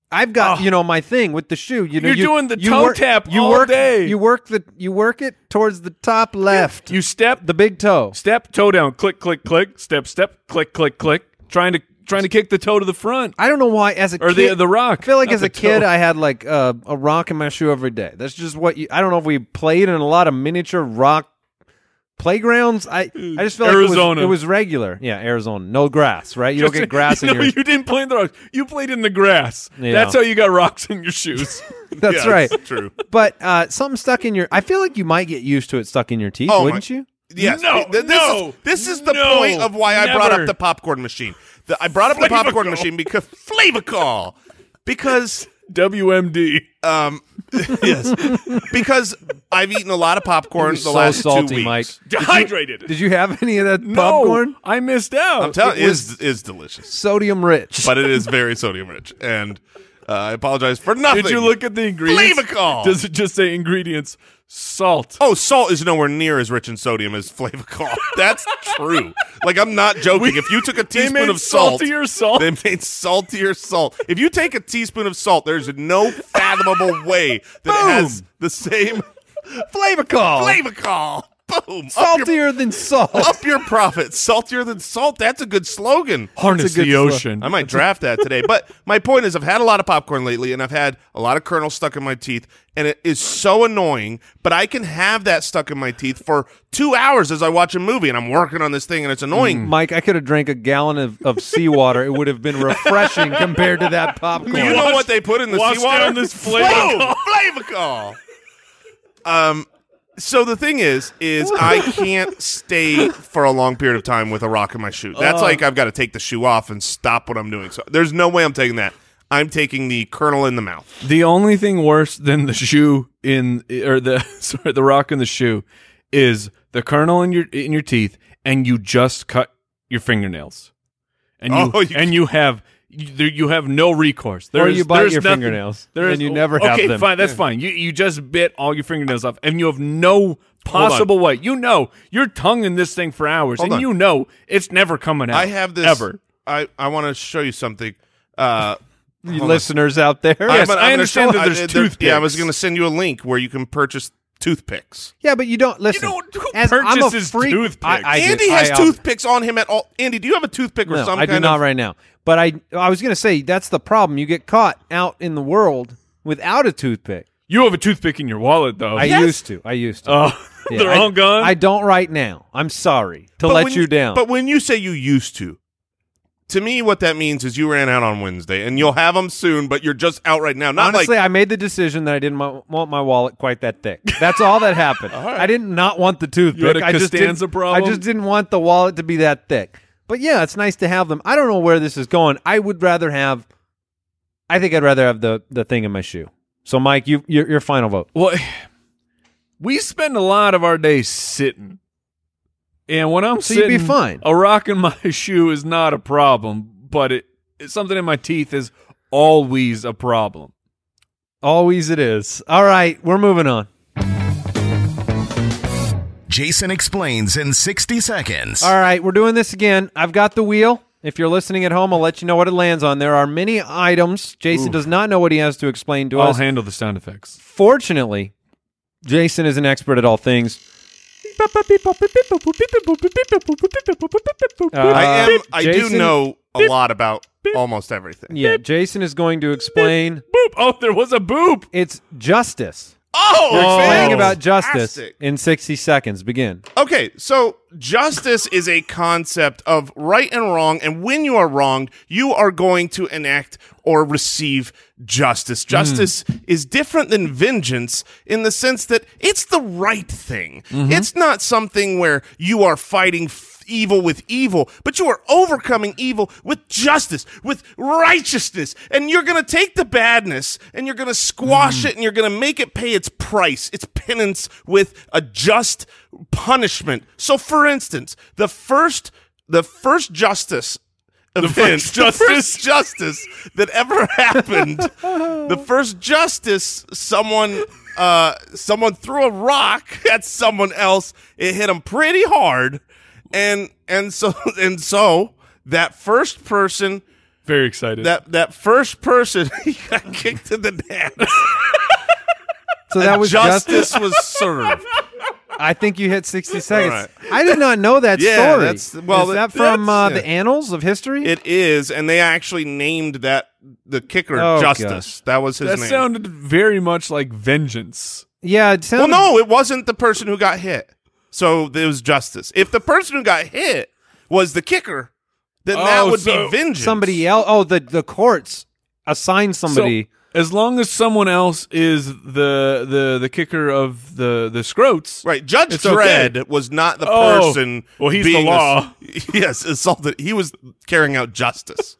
[SPEAKER 3] I've got you know my thing with the shoe. You know
[SPEAKER 2] Oh. You're
[SPEAKER 3] you,
[SPEAKER 2] doing the
[SPEAKER 3] you
[SPEAKER 2] toe
[SPEAKER 3] work,
[SPEAKER 2] tap
[SPEAKER 3] you
[SPEAKER 2] all
[SPEAKER 3] work,
[SPEAKER 2] day.
[SPEAKER 3] You work the you work it towards the top left,
[SPEAKER 2] You step
[SPEAKER 3] the big toe.
[SPEAKER 2] step toe down. Click click click. Step step click click click. Trying to trying to kick the toe to the front.
[SPEAKER 3] I don't know why. As a
[SPEAKER 2] Or the-
[SPEAKER 3] kid,
[SPEAKER 2] the rock,
[SPEAKER 3] I feel like
[SPEAKER 2] not
[SPEAKER 3] as a
[SPEAKER 2] the
[SPEAKER 3] kid,
[SPEAKER 2] toe.
[SPEAKER 3] I had like uh, a rock in my shoe every day. That's just what you. I don't know if we played in a lot of miniature rock playgrounds. I I just felt like
[SPEAKER 2] Arizona.
[SPEAKER 3] it was, it was regular. Yeah, Arizona, no grass, right? You don't get grass
[SPEAKER 2] You
[SPEAKER 3] in
[SPEAKER 2] know,
[SPEAKER 3] your.
[SPEAKER 2] You didn't play in the rocks. You played in the grass.
[SPEAKER 3] Yeah.
[SPEAKER 2] That's how you got rocks in your shoes.
[SPEAKER 3] That's
[SPEAKER 5] Yeah,
[SPEAKER 3] right.
[SPEAKER 5] it's True.
[SPEAKER 3] But uh, something stuck in your. I feel like you might get used to it stuck in your teeth,
[SPEAKER 5] Oh, my-
[SPEAKER 3] wouldn't you?
[SPEAKER 5] Yes.
[SPEAKER 2] No,
[SPEAKER 5] Th- this
[SPEAKER 2] no,
[SPEAKER 5] Is, this is the
[SPEAKER 2] no,
[SPEAKER 5] point of why I brought
[SPEAKER 2] never.
[SPEAKER 5] up the popcorn machine. The, I brought up the popcorn
[SPEAKER 2] Flavacol.
[SPEAKER 5] machine because Flavacol. Because
[SPEAKER 2] WMD.
[SPEAKER 5] um yes. Because I've eaten a lot of popcorn the
[SPEAKER 3] so
[SPEAKER 5] last two
[SPEAKER 3] salty,
[SPEAKER 5] weeks.
[SPEAKER 3] Mike.
[SPEAKER 2] Dehydrated.
[SPEAKER 3] Did you have any of that
[SPEAKER 2] no,
[SPEAKER 3] popcorn?
[SPEAKER 2] I missed out.
[SPEAKER 5] I'm telling you, is is delicious.
[SPEAKER 3] Sodium rich.
[SPEAKER 5] But it is very sodium rich. And uh, I apologize for nothing.
[SPEAKER 2] Did you look at the ingredients?
[SPEAKER 5] Flavacol.
[SPEAKER 2] Does it just say ingredients? Salt.
[SPEAKER 5] Oh, salt is nowhere near as rich in sodium as flavacol. That's true. Like I'm not joking. if you took a
[SPEAKER 2] they
[SPEAKER 5] teaspoon
[SPEAKER 2] made
[SPEAKER 5] of salt,
[SPEAKER 2] saltier salt.
[SPEAKER 5] they made saltier salt. If you take a teaspoon of salt, there's no fathomable way that it has the same
[SPEAKER 3] Flavor call.
[SPEAKER 5] flavacol. Boom. Up your,
[SPEAKER 3] Saltier than salt.
[SPEAKER 5] up your profits. Saltier than salt. That's a good slogan.
[SPEAKER 2] Harness
[SPEAKER 3] good
[SPEAKER 2] the
[SPEAKER 3] slo-
[SPEAKER 2] ocean.
[SPEAKER 5] I might draft that today. But my point is, I've had a lot of popcorn lately, and I've had a lot of kernels stuck in my teeth, and it is so annoying. But I can have that stuck in my teeth for two hours as I watch a movie, and I'm working on this thing, and it's
[SPEAKER 2] Mm.
[SPEAKER 5] annoying.
[SPEAKER 3] Mike, I could have drank a gallon of, of seawater. It would have been refreshing compared to that popcorn.
[SPEAKER 5] You know what they put in the
[SPEAKER 2] Wash
[SPEAKER 5] seawater?
[SPEAKER 2] down this flavor.
[SPEAKER 5] Boom! Flavacol. Um. So the thing is, is I can't stay for a long period of time with a rock in my shoe.
[SPEAKER 2] Oh.
[SPEAKER 5] That's like I've got to take the shoe off and stop what I'm doing. So there's no way I'm taking that. I'm taking the kernel in the mouth.
[SPEAKER 2] The only thing worse than the shoe in or the sorry, the rock in the shoe is the kernel in your in your teeth and you just cut your fingernails. And you,
[SPEAKER 5] Oh, you-
[SPEAKER 2] and you have you, there- you have no recourse. There
[SPEAKER 3] Or
[SPEAKER 2] is-
[SPEAKER 3] you bite
[SPEAKER 2] there's
[SPEAKER 3] your
[SPEAKER 2] nothing-
[SPEAKER 3] fingernails,
[SPEAKER 2] there
[SPEAKER 3] and
[SPEAKER 2] is-
[SPEAKER 3] you never have
[SPEAKER 2] Okay,
[SPEAKER 3] them.
[SPEAKER 2] fine, that's fine. You you just bit all your fingernails off and you have no possible way. You know, you're tongue in this thing for hours
[SPEAKER 5] Hold
[SPEAKER 2] and
[SPEAKER 5] on.
[SPEAKER 2] you know it's never coming out.
[SPEAKER 5] I have this.
[SPEAKER 2] ever.
[SPEAKER 5] I, I want to show you something. Uh,
[SPEAKER 3] You listeners out there.
[SPEAKER 2] Yes, I understand
[SPEAKER 5] show-
[SPEAKER 2] that there's
[SPEAKER 5] I- there- Yeah, I was
[SPEAKER 2] toothpicks.
[SPEAKER 5] going to send you a link where you can purchase toothpicks.
[SPEAKER 3] Yeah, but you don't listen.
[SPEAKER 2] don't- who
[SPEAKER 3] as I'm a
[SPEAKER 2] purchases
[SPEAKER 3] freak,
[SPEAKER 2] toothpicks?
[SPEAKER 3] I, I
[SPEAKER 5] Andy
[SPEAKER 3] did-
[SPEAKER 5] has
[SPEAKER 3] I, um,
[SPEAKER 5] toothpicks on him at all. Andy, do you have a toothpick or
[SPEAKER 3] No,
[SPEAKER 5] some
[SPEAKER 3] I do
[SPEAKER 5] kind
[SPEAKER 3] not
[SPEAKER 5] of?
[SPEAKER 3] right now. But I, I was going to say that's the problem. You get caught out in the world without a toothpick.
[SPEAKER 2] You have a toothpick in your wallet though.
[SPEAKER 3] I used to. I used to.
[SPEAKER 2] Oh,
[SPEAKER 3] Yeah,
[SPEAKER 2] they're
[SPEAKER 3] I,
[SPEAKER 2] all gone.
[SPEAKER 3] I don't right now. I'm sorry to
[SPEAKER 5] But
[SPEAKER 3] let
[SPEAKER 5] when
[SPEAKER 3] you down.
[SPEAKER 5] But when you say you used to, to me, what that means is you ran out on Wednesday, and you'll have them soon. But you're just out right now. Not
[SPEAKER 3] Honestly,
[SPEAKER 5] like
[SPEAKER 3] I made the decision that I didn't mo- want my wallet quite that thick. That's all that happened. I did not want the toothpick.
[SPEAKER 2] You had a
[SPEAKER 3] I just didn't-
[SPEAKER 2] Costanza problem?
[SPEAKER 3] I just didn't want the wallet to be that thick. But yeah, it's nice to have them. I don't know where this is going. I would rather have. I think I'd rather have the the thing in my shoe. So, Mike, you your, your final vote.
[SPEAKER 2] Well, we spend a lot of our day sitting, and when I'm
[SPEAKER 3] So you'd
[SPEAKER 2] sitting,
[SPEAKER 3] be fine.
[SPEAKER 2] A rock in my shoe is not a problem, but it something in my teeth is always a problem.
[SPEAKER 3] Always it is. All right, we're moving on.
[SPEAKER 4] Jason explains in 60 seconds.
[SPEAKER 3] All right, we're doing this again. I've got the wheel. If you're listening at home, I'll let you know what it lands on. There are many items. Jason does not know what he has to explain to
[SPEAKER 2] I'll
[SPEAKER 3] us.
[SPEAKER 2] handle the sound effects.
[SPEAKER 3] Fortunately, Jason is an expert at all things.
[SPEAKER 5] I am.
[SPEAKER 3] Uh,
[SPEAKER 5] I do
[SPEAKER 3] Jason-
[SPEAKER 5] know a lot about almost everything.
[SPEAKER 3] Yeah, Jason is going to explain.
[SPEAKER 2] Boop! Oh, there was a boop.
[SPEAKER 3] It's justice.
[SPEAKER 5] Oh,
[SPEAKER 3] Explaining
[SPEAKER 5] fantastic.
[SPEAKER 3] about justice in 60 seconds. Begin.
[SPEAKER 5] Okay, so justice is a concept of right and wrong, and when you are wronged, you are going to enact or receive justice. Justice is different than vengeance in the sense that it's the right thing. It's not something where you are fighting f- evil with evil, but you are overcoming evil with justice, with righteousness. And you're going to take the badness and you're going to squash it and you're going to make it pay its price, its penance with a just punishment. So for instance, the first the first justice event,
[SPEAKER 2] first
[SPEAKER 5] the
[SPEAKER 2] justice.
[SPEAKER 5] first justice that ever happened, the first justice someone uh someone threw a rock at someone else. It hit him pretty hard, and and so and so that first person
[SPEAKER 2] Very excited.
[SPEAKER 5] that that first person he got kicked in the nuts.
[SPEAKER 3] So that was justice.
[SPEAKER 5] justice was served.
[SPEAKER 3] I think you hit 60 seconds.
[SPEAKER 5] All
[SPEAKER 3] I did not know that
[SPEAKER 5] Yeah,
[SPEAKER 3] story.
[SPEAKER 5] that's- well,
[SPEAKER 3] Is that
[SPEAKER 5] that-
[SPEAKER 3] from uh,
[SPEAKER 5] that's-
[SPEAKER 3] the annals of history?
[SPEAKER 5] It is, and they actually named that the kicker
[SPEAKER 3] Oh,
[SPEAKER 5] Justice. That was his
[SPEAKER 2] That
[SPEAKER 5] name.
[SPEAKER 2] sounded very much like vengeance.
[SPEAKER 3] yeah, it
[SPEAKER 5] well,
[SPEAKER 3] sounded,
[SPEAKER 5] no, it wasn't the person who got hit. So it was Justice. If the person who got hit was the kicker, then that
[SPEAKER 2] Oh,
[SPEAKER 5] would
[SPEAKER 2] so-
[SPEAKER 5] be vengeance.
[SPEAKER 3] somebody else. Oh, the, the courts assigned somebody.
[SPEAKER 2] So, as long as someone else is the the the kicker of the the scrotes,
[SPEAKER 5] Right, Judge
[SPEAKER 2] It's okay.
[SPEAKER 5] Dredd was not the
[SPEAKER 2] Oh,
[SPEAKER 5] person.
[SPEAKER 2] well, he's the
[SPEAKER 5] being
[SPEAKER 2] law.
[SPEAKER 5] ass- yes, assaulted. He was carrying out justice.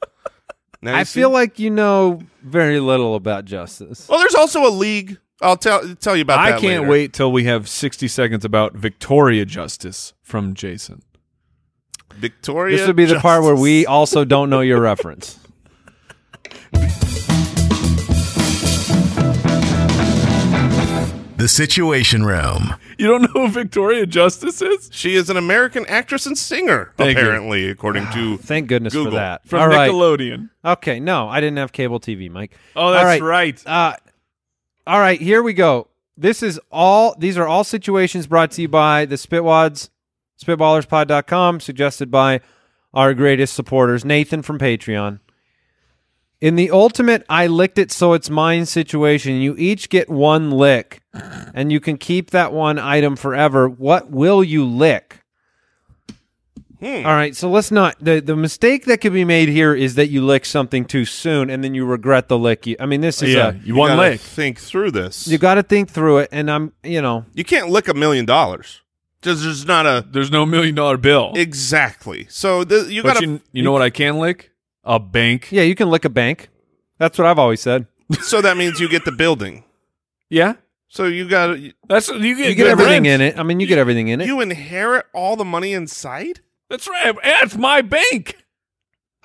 [SPEAKER 5] Now you
[SPEAKER 3] I
[SPEAKER 5] see?
[SPEAKER 3] feel like you know very little about justice.
[SPEAKER 5] Well, there's also a league. I'll tell tell you about.
[SPEAKER 2] I
[SPEAKER 5] that
[SPEAKER 2] can't
[SPEAKER 5] later.
[SPEAKER 2] wait till we have sixty seconds about Victoria Justice from Jason.
[SPEAKER 5] Victoria.
[SPEAKER 3] This would be the part where we also don't know your reference.
[SPEAKER 4] The Situation Room.
[SPEAKER 2] You don't know who Victoria Justice is
[SPEAKER 5] She is an American actress and singer,
[SPEAKER 2] Thank you. Ah,
[SPEAKER 5] apparently, according to
[SPEAKER 3] Thank goodness for
[SPEAKER 5] Google.
[SPEAKER 3] that.
[SPEAKER 2] from
[SPEAKER 3] All right.
[SPEAKER 2] Nickelodeon.
[SPEAKER 3] Okay, no, I didn't have cable TV, Mike.
[SPEAKER 2] Oh,
[SPEAKER 3] All
[SPEAKER 2] that's right.
[SPEAKER 3] Uh, all right, here we go. This is all. These are all situations brought to you by the Spitwads, SpitballersPod.com, suggested by our greatest supporters, Nathan from Patreon. In the ultimate I licked it so it's mine situation, you each get one lick and you can keep that one item forever. What will you lick? All right, so let's not the the mistake that could be made here is that you lick something too soon and then you regret the lick. You, I mean, this is
[SPEAKER 2] yeah,
[SPEAKER 3] a
[SPEAKER 2] you one
[SPEAKER 5] gotta
[SPEAKER 2] leg.
[SPEAKER 5] Think through this.
[SPEAKER 3] you
[SPEAKER 5] You,
[SPEAKER 3] got to think through it, and I'm, you know,
[SPEAKER 5] can't lick a million dollars. There's there's not a
[SPEAKER 2] There's no million dollar bill.
[SPEAKER 5] exactly. So th- you
[SPEAKER 2] but
[SPEAKER 5] got to
[SPEAKER 2] you, you know what I can lick? A bank.
[SPEAKER 3] yeah, you can lick a bank. That's what I've always said.
[SPEAKER 5] so that means you get the building.
[SPEAKER 2] Yeah,
[SPEAKER 5] So you got to
[SPEAKER 2] that's you get,
[SPEAKER 3] You get
[SPEAKER 2] good
[SPEAKER 3] everything
[SPEAKER 2] rent.
[SPEAKER 3] in it. I mean, you get everything in it.
[SPEAKER 5] you inherit all the money inside.
[SPEAKER 2] That's right. Yeah, it's my bank.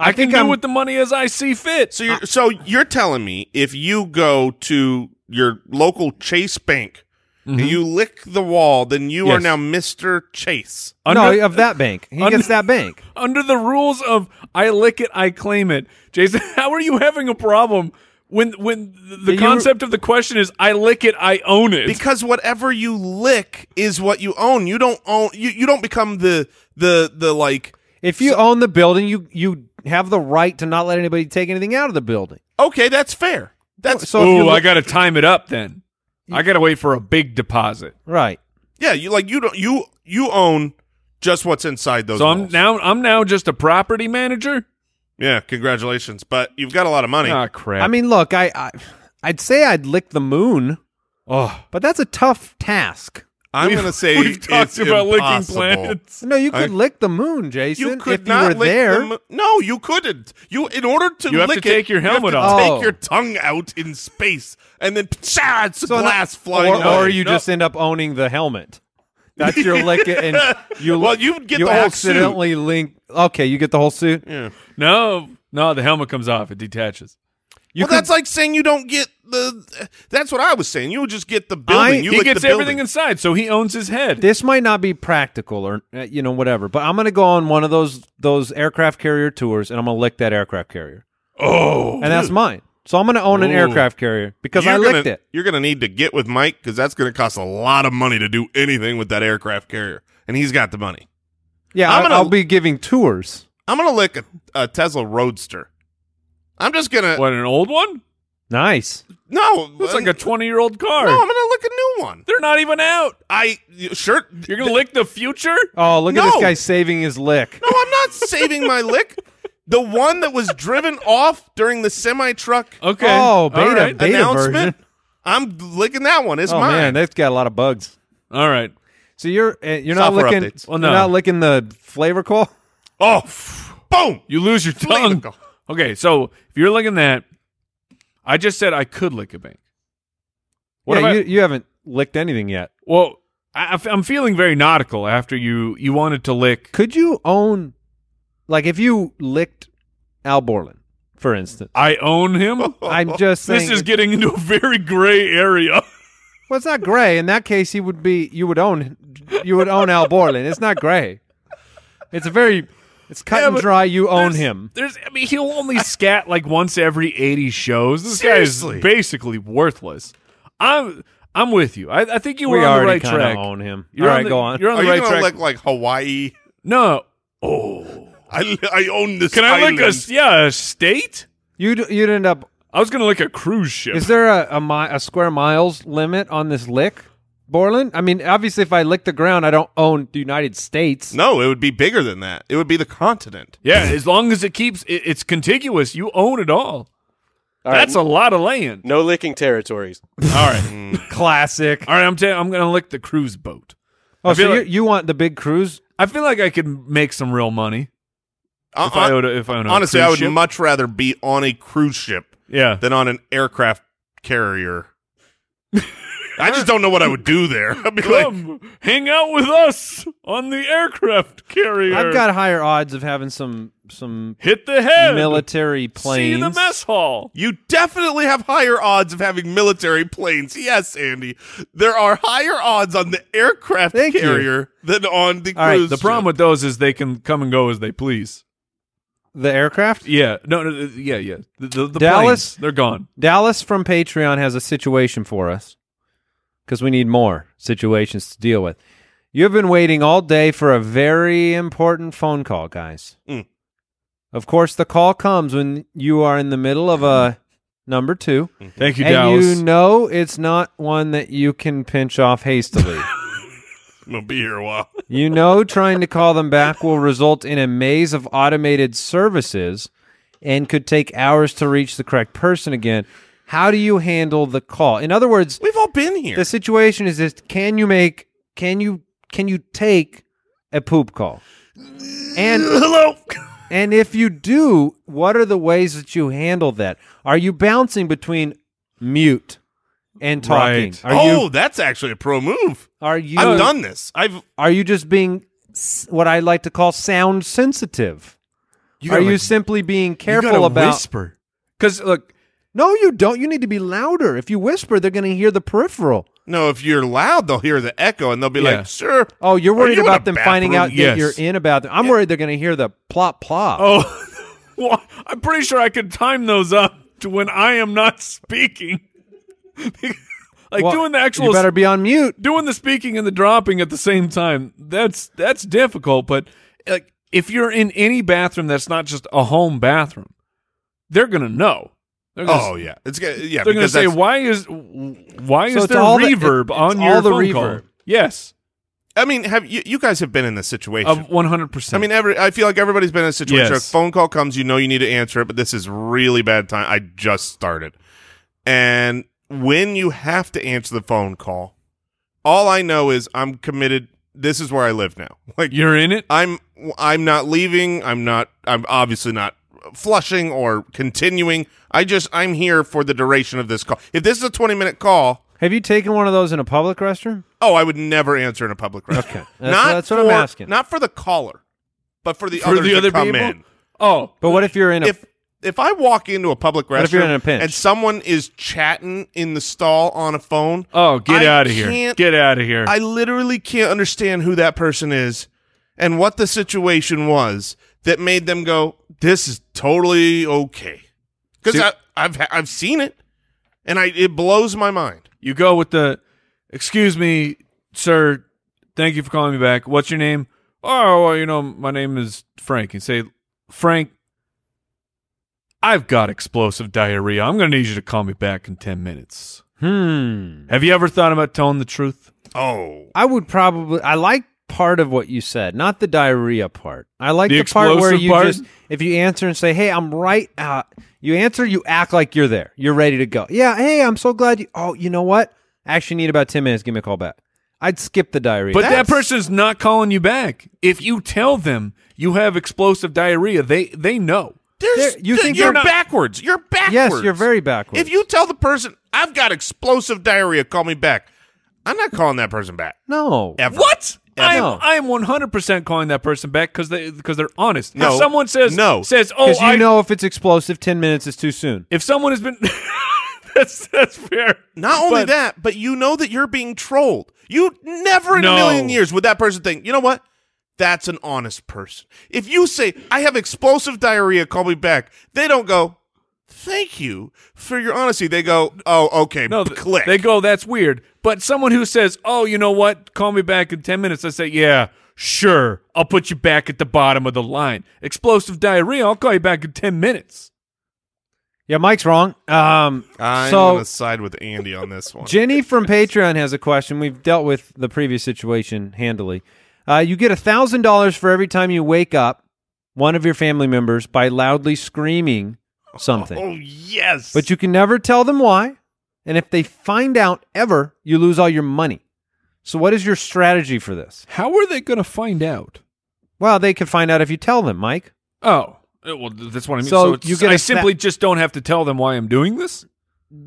[SPEAKER 2] I, can
[SPEAKER 3] think
[SPEAKER 2] do
[SPEAKER 3] I'm-
[SPEAKER 2] with the money as I see fit.
[SPEAKER 5] So you're so you're telling me if you go to your local Chase bank and you lick the wall, then you are
[SPEAKER 2] Yes.
[SPEAKER 5] now Mister Chase.
[SPEAKER 3] no, of that bank. He
[SPEAKER 2] under-
[SPEAKER 3] gets that bank.
[SPEAKER 2] under the rules of I lick it, I claim it. Jason, how are you having a problem when when the
[SPEAKER 3] You-
[SPEAKER 2] concept of the question is I lick it, I own it?
[SPEAKER 5] because whatever you lick is what you own. You don't own. You, you don't become the the the like.
[SPEAKER 3] If you own the building, you you have the right to not let anybody take anything out of the building.
[SPEAKER 5] Okay, that's fair. That's
[SPEAKER 3] So if you
[SPEAKER 2] Ooh, I
[SPEAKER 3] lick-
[SPEAKER 2] got to time it up then. I got to wait for a big deposit.
[SPEAKER 3] right.
[SPEAKER 5] yeah. You like you don't you you own just what's inside those.
[SPEAKER 2] So I'm
[SPEAKER 5] walls.
[SPEAKER 2] now I'm now just a property manager.
[SPEAKER 5] Yeah, congratulations, but you've got a lot of money.
[SPEAKER 2] Ah, crap.
[SPEAKER 3] I mean, look, I, I I'd say I'd lick the moon,
[SPEAKER 2] oh,
[SPEAKER 3] but that's a tough task.
[SPEAKER 5] I'm
[SPEAKER 2] we've-
[SPEAKER 5] gonna say
[SPEAKER 2] we've
[SPEAKER 5] it's
[SPEAKER 2] talked about licking
[SPEAKER 5] impossible.
[SPEAKER 2] planets.
[SPEAKER 3] No, you could
[SPEAKER 5] I-
[SPEAKER 3] lick the moon, Jason.
[SPEAKER 5] You could
[SPEAKER 3] if
[SPEAKER 5] not
[SPEAKER 3] you were
[SPEAKER 5] lick
[SPEAKER 3] there.
[SPEAKER 5] the mo- no, you couldn't. You in order to
[SPEAKER 2] You have to
[SPEAKER 5] lick
[SPEAKER 2] take
[SPEAKER 5] it,
[SPEAKER 2] your
[SPEAKER 5] you have
[SPEAKER 2] helmet
[SPEAKER 5] to
[SPEAKER 2] off.
[SPEAKER 3] Oh.
[SPEAKER 5] Take your tongue out in space, and then pshaw, it's
[SPEAKER 3] So
[SPEAKER 5] glass
[SPEAKER 3] not-
[SPEAKER 5] flying.
[SPEAKER 3] or,
[SPEAKER 5] away.
[SPEAKER 3] or you
[SPEAKER 5] No.
[SPEAKER 3] just end up owning the helmet. That's your lick, it and you
[SPEAKER 5] Well, you'd get
[SPEAKER 3] you
[SPEAKER 5] the whole
[SPEAKER 3] accidentally link. Okay, you get the whole suit.
[SPEAKER 2] no, no, the helmet comes off. It detaches.
[SPEAKER 3] You
[SPEAKER 5] well, that's like saying you don't get the. That's what I was saying. You would just get the building.
[SPEAKER 3] I-
[SPEAKER 5] you
[SPEAKER 2] he
[SPEAKER 5] lick
[SPEAKER 2] gets
[SPEAKER 5] the building.
[SPEAKER 2] everything inside, so he owns his head.
[SPEAKER 3] this might not be practical or uh, you know whatever, but I'm gonna go on one of those those aircraft carrier tours and I'm gonna lick that aircraft carrier,
[SPEAKER 2] Oh,
[SPEAKER 3] and that's mine. So I'm gonna own an aircraft carrier because I
[SPEAKER 5] You're
[SPEAKER 3] licked
[SPEAKER 5] gonna-
[SPEAKER 3] it.
[SPEAKER 5] You're going to need to get with Mike because that's going to cost a lot of money to do anything with that aircraft carrier, and he's got the money.
[SPEAKER 3] Yeah,
[SPEAKER 5] I'm
[SPEAKER 3] I,
[SPEAKER 5] gonna-
[SPEAKER 3] will be giving tours.
[SPEAKER 5] I'm going to lick a, a Tesla Roadster. I'm just going to.
[SPEAKER 2] what an old one.
[SPEAKER 3] Nice.
[SPEAKER 5] No, uh,
[SPEAKER 2] It's like a twenty-year-old car.
[SPEAKER 5] No, I'm gonna lick a new one.
[SPEAKER 2] They're not even out.
[SPEAKER 5] I sure.
[SPEAKER 2] You're gonna lick the future?
[SPEAKER 3] Oh, look at this
[SPEAKER 5] No.
[SPEAKER 3] guy saving his lick.
[SPEAKER 5] No, I'm not saving my lick. The one that was driven off during the semi truck
[SPEAKER 2] Okay.
[SPEAKER 3] Oh, beta,
[SPEAKER 2] All right.
[SPEAKER 3] beta.
[SPEAKER 5] announcement.
[SPEAKER 3] version.
[SPEAKER 5] I'm licking that one. It's
[SPEAKER 3] Oh
[SPEAKER 5] mine.
[SPEAKER 3] man, that's got a lot of bugs.
[SPEAKER 2] All right.
[SPEAKER 3] So you're uh, you're not
[SPEAKER 5] Software
[SPEAKER 3] licking
[SPEAKER 5] updates.
[SPEAKER 2] Well,
[SPEAKER 3] you're
[SPEAKER 2] no.
[SPEAKER 3] not licking the flavor coal.
[SPEAKER 5] oh, f- boom!
[SPEAKER 2] You lose your
[SPEAKER 5] Flamingo.
[SPEAKER 2] tongue. Okay, so if you're licking that, I just said I could lick a bank. What
[SPEAKER 3] yeah,
[SPEAKER 2] if I-
[SPEAKER 3] you, you haven't licked anything yet.
[SPEAKER 2] Well, I, am feeling very nautical after you. You wanted to lick.
[SPEAKER 3] Could you own, like, if you licked Al Borland, for instance?
[SPEAKER 2] I own him.
[SPEAKER 3] I'm just saying.
[SPEAKER 2] This is getting into a very gray area.
[SPEAKER 3] well, it's not gray. In that case, he would be. You would own. You would own Al Borland. It's not gray. It's a very. It's cut
[SPEAKER 2] Yeah,
[SPEAKER 3] and
[SPEAKER 2] but
[SPEAKER 3] dry. You own
[SPEAKER 2] There's-
[SPEAKER 3] him.
[SPEAKER 2] There's, I mean, he'll only scat like once every 80 shows. This guy
[SPEAKER 5] Seriously.
[SPEAKER 2] is basically worthless. I'm, I'm with you. I, I think you were
[SPEAKER 3] we
[SPEAKER 2] on the
[SPEAKER 3] already
[SPEAKER 2] right
[SPEAKER 3] kind
[SPEAKER 2] track.
[SPEAKER 3] of own him.
[SPEAKER 2] You're
[SPEAKER 3] All
[SPEAKER 2] on
[SPEAKER 3] right,
[SPEAKER 2] the-
[SPEAKER 3] go on.
[SPEAKER 2] You're on
[SPEAKER 5] Are
[SPEAKER 2] the
[SPEAKER 5] you
[SPEAKER 2] right
[SPEAKER 5] gonna
[SPEAKER 2] track.
[SPEAKER 5] lick like Hawaii?
[SPEAKER 2] no. Oh,
[SPEAKER 5] I, li- I own this.
[SPEAKER 2] can I lick a
[SPEAKER 5] island.
[SPEAKER 2] s- yeah a state?
[SPEAKER 3] You'd you'd end up.
[SPEAKER 2] I was gonna lick a cruise ship.
[SPEAKER 3] Is there a a, mi- a square miles limit on this lick, Borland? I mean, obviously, if I lick the ground, I don't own the United States.
[SPEAKER 5] No, it would be bigger than that. It would be the continent.
[SPEAKER 2] yeah, as long as it keeps it, it's contiguous, you own it all.
[SPEAKER 6] All right,
[SPEAKER 2] That's a lot of land.
[SPEAKER 6] no licking territories.
[SPEAKER 2] All right,
[SPEAKER 3] Classic.
[SPEAKER 2] all right. I'm ta- I'm gonna lick the cruise boat.
[SPEAKER 3] Oh,
[SPEAKER 2] I
[SPEAKER 3] so
[SPEAKER 2] feel
[SPEAKER 3] you,
[SPEAKER 2] like-
[SPEAKER 3] you want the big cruise?
[SPEAKER 2] I feel like I could make some real money
[SPEAKER 5] Uh,
[SPEAKER 2] if I
[SPEAKER 3] Uh-huh.
[SPEAKER 5] uh,
[SPEAKER 2] owned a- if I owned a
[SPEAKER 5] honestly,
[SPEAKER 2] cruise
[SPEAKER 5] I would
[SPEAKER 2] ship.
[SPEAKER 5] much rather be on a cruise ship
[SPEAKER 2] yeah.
[SPEAKER 5] than on an aircraft carrier. I just don't know what I would do there. I'd be like,
[SPEAKER 2] Come hang out with us on the aircraft carrier.
[SPEAKER 3] I've got higher odds of having some some
[SPEAKER 2] hit the head.
[SPEAKER 3] military
[SPEAKER 2] See
[SPEAKER 3] planes.
[SPEAKER 2] the mess hall.
[SPEAKER 5] You definitely have higher odds of having military planes. Yes, Andy. There are higher odds on the aircraft
[SPEAKER 3] Thank you.
[SPEAKER 5] carrier than on the
[SPEAKER 3] All right,
[SPEAKER 5] cruise.
[SPEAKER 2] The problem with those is they can come and go as they please.
[SPEAKER 3] The aircraft.
[SPEAKER 2] Yeah, no, no yeah, yeah. The, the, the
[SPEAKER 3] Dallas-
[SPEAKER 2] planes, they're gone.
[SPEAKER 3] Dallas from Patreon has a situation for us because we need more situations to deal with. You have been waiting all day for a very important phone call, guys.
[SPEAKER 2] Hmm.
[SPEAKER 5] Mm.
[SPEAKER 3] Of course, the call comes when you are in the middle of a number two,
[SPEAKER 2] Thank you,
[SPEAKER 3] and
[SPEAKER 2] Dallas.
[SPEAKER 3] you know it's not one that you can pinch off hastily.
[SPEAKER 5] ship. I'm gonna be here a while.
[SPEAKER 3] You know, trying to call them back will result in a maze of automated services and could take hours to reach the correct person again. How do you handle the call? In other words,
[SPEAKER 5] We've all been here.
[SPEAKER 3] the situation is this can you make can you can you take a poop call? And
[SPEAKER 5] Hello.
[SPEAKER 3] and if you do, what are the ways that you handle that? Are you bouncing between mute and talking?
[SPEAKER 2] Right.
[SPEAKER 3] Are
[SPEAKER 5] oh,
[SPEAKER 3] you
[SPEAKER 5] that's actually a pro move.
[SPEAKER 3] are you
[SPEAKER 5] I've Oh, done this. I've
[SPEAKER 3] are you just being s- what I like to call sound sensitive? are
[SPEAKER 2] gotta,
[SPEAKER 3] you
[SPEAKER 2] like,
[SPEAKER 3] simply being
[SPEAKER 2] You
[SPEAKER 3] careful
[SPEAKER 2] gotta
[SPEAKER 3] about?
[SPEAKER 2] whisper. Because look,
[SPEAKER 3] No, you don't. You need to be louder. If you whisper, they're going to hear the peripheral.
[SPEAKER 5] no. If you're loud, they'll hear the echo and they'll be
[SPEAKER 2] Yeah.
[SPEAKER 5] like, "Sir,
[SPEAKER 3] Oh, you're
[SPEAKER 5] Are
[SPEAKER 3] worried
[SPEAKER 5] you in
[SPEAKER 3] about
[SPEAKER 5] a
[SPEAKER 3] them finding out
[SPEAKER 5] bathroom?
[SPEAKER 2] Yes.
[SPEAKER 3] that you're in about them. I'm worried they're going to hear the plop plop.
[SPEAKER 2] oh, well, I'm pretty sure I could time those up to when I am not speaking. like
[SPEAKER 3] Well,
[SPEAKER 2] doing the actual
[SPEAKER 3] You better be on mute.
[SPEAKER 2] doing the speaking and the dropping at the same time that's that's difficult but like if you're in any bathroom that's not just a home bathroom they're gonna know they're gonna,
[SPEAKER 5] oh yeah, it's gonna yeah."
[SPEAKER 2] they're gonna
[SPEAKER 5] because
[SPEAKER 2] say
[SPEAKER 5] that's-
[SPEAKER 2] why is why
[SPEAKER 3] So
[SPEAKER 2] is
[SPEAKER 3] it's
[SPEAKER 2] there
[SPEAKER 3] all the-
[SPEAKER 2] reverb
[SPEAKER 3] it-
[SPEAKER 2] on
[SPEAKER 3] it's
[SPEAKER 2] your
[SPEAKER 3] all the
[SPEAKER 2] phone call?
[SPEAKER 3] reverb.
[SPEAKER 2] yes
[SPEAKER 5] I mean, have you, you guys have been in this situation?
[SPEAKER 2] of 100%
[SPEAKER 5] I mean, every I feel like everybody's been in a situation. Where a
[SPEAKER 2] Yes.
[SPEAKER 5] phone call comes, you know you need to answer it, but this is really bad time. I just started, and when you have to answer the phone call, all I know is I'm committed. This is where I live now. Like
[SPEAKER 2] you're in it
[SPEAKER 5] I'm, I'm not leaving. I'm not. I'm obviously not flushing or continuing. I just I'm here for the duration of this call. If this is a 20 minute call,
[SPEAKER 3] Have you taken one of those in a public restroom?
[SPEAKER 5] oh, I would never answer in a public restaurant.
[SPEAKER 3] That's- that's what I'm
[SPEAKER 5] for-
[SPEAKER 3] asking.
[SPEAKER 5] Not for the caller, but for the
[SPEAKER 2] for
[SPEAKER 5] others
[SPEAKER 2] the
[SPEAKER 5] that
[SPEAKER 2] other
[SPEAKER 5] come
[SPEAKER 2] people
[SPEAKER 5] in.
[SPEAKER 2] oh
[SPEAKER 3] But what if you're in a?
[SPEAKER 5] if if I walk into a public
[SPEAKER 3] What if you're in a
[SPEAKER 5] restroom
[SPEAKER 3] pinch?
[SPEAKER 5] and someone is chatting in the stall on a phone,
[SPEAKER 2] oh get
[SPEAKER 5] I
[SPEAKER 2] out of here
[SPEAKER 5] can't-
[SPEAKER 2] get out of here
[SPEAKER 5] I literally can't understand who that person is and what the situation was that made them go, "This is totally okay," because I've ha- I've seen it, and I it blows my mind.
[SPEAKER 2] you go with the excuse me sir thank you for calling me back what's your name oh well you know my name is frank and say frank I've got explosive diarrhea. I'm going to need you to call me back in 10 minutes.
[SPEAKER 3] Hmm.
[SPEAKER 2] Have you ever thought about telling the truth?
[SPEAKER 5] Oh,
[SPEAKER 3] I would probably. I like part of what you said, not the diarrhea part. I like
[SPEAKER 2] The
[SPEAKER 3] the, part where
[SPEAKER 2] explosive
[SPEAKER 3] you
[SPEAKER 2] part?
[SPEAKER 3] just, if you answer and say, "Hey, I'm right out," you answer, you act like you're there, you're ready to go. Yeah. Hey, I'm so glad you. Oh, you know what? I actually need about ten minutes. Give me a call back. I'd skip the diarrhea.
[SPEAKER 2] But that person is not calling you back. If you tell them you have explosive diarrhea, they they know.
[SPEAKER 5] there's,
[SPEAKER 3] There- you think
[SPEAKER 5] you're
[SPEAKER 3] they're not-
[SPEAKER 5] backwards. You're backwards.
[SPEAKER 3] Yes, you're very backwards.
[SPEAKER 5] If you tell the person I've got explosive diarrhea, call me back. I'm not calling that person back
[SPEAKER 3] no,
[SPEAKER 2] Oh,
[SPEAKER 5] ever.
[SPEAKER 2] What? I am,
[SPEAKER 3] No.
[SPEAKER 2] I am 100% calling that person back because they because they're honest.
[SPEAKER 5] No.
[SPEAKER 2] If someone says
[SPEAKER 5] No.
[SPEAKER 2] says, "Oh,
[SPEAKER 3] because you
[SPEAKER 2] I
[SPEAKER 3] know if it's explosive, ten minutes is too soon.
[SPEAKER 2] If someone has been That's that's fair.
[SPEAKER 5] Not only
[SPEAKER 2] But-
[SPEAKER 5] that, but you know that you're being trolled. You never in
[SPEAKER 2] No.
[SPEAKER 5] a million years would that person think, you know what? That's an honest person. If you say, I have explosive diarrhea, call me back, they don't go, thank you for your honesty. They go, oh, okay,
[SPEAKER 2] No, th-
[SPEAKER 5] click.
[SPEAKER 2] They go, that's weird. But someone who says, oh, you know what? Call me back in 10 minutes. I say, yeah, sure. I'll put you back at the bottom of the line. Explosive diarrhea. I'll call you back in 10 minutes.
[SPEAKER 3] Yeah, Mike's wrong. Um,
[SPEAKER 5] I'm
[SPEAKER 3] so
[SPEAKER 5] going to side with Andy on this one.
[SPEAKER 3] Jenny from Patreon has a question. We've dealt with the previous situation handily. Uh, you get thousand dollars for every time you wake up one of your family members by loudly screaming something,
[SPEAKER 5] oh, yes.
[SPEAKER 3] but you can never tell them why. And if they find out ever, you lose all your money. So, what is your strategy for this?
[SPEAKER 2] How are they going to find out?
[SPEAKER 3] Well, they could find out if you tell them, Mike.
[SPEAKER 2] Oh, uh, well, th- that's what I mean.
[SPEAKER 3] So
[SPEAKER 2] So,
[SPEAKER 3] you
[SPEAKER 2] you
[SPEAKER 3] get
[SPEAKER 2] I
[SPEAKER 3] a fa-
[SPEAKER 2] simply just don't have to tell them why I'm doing this?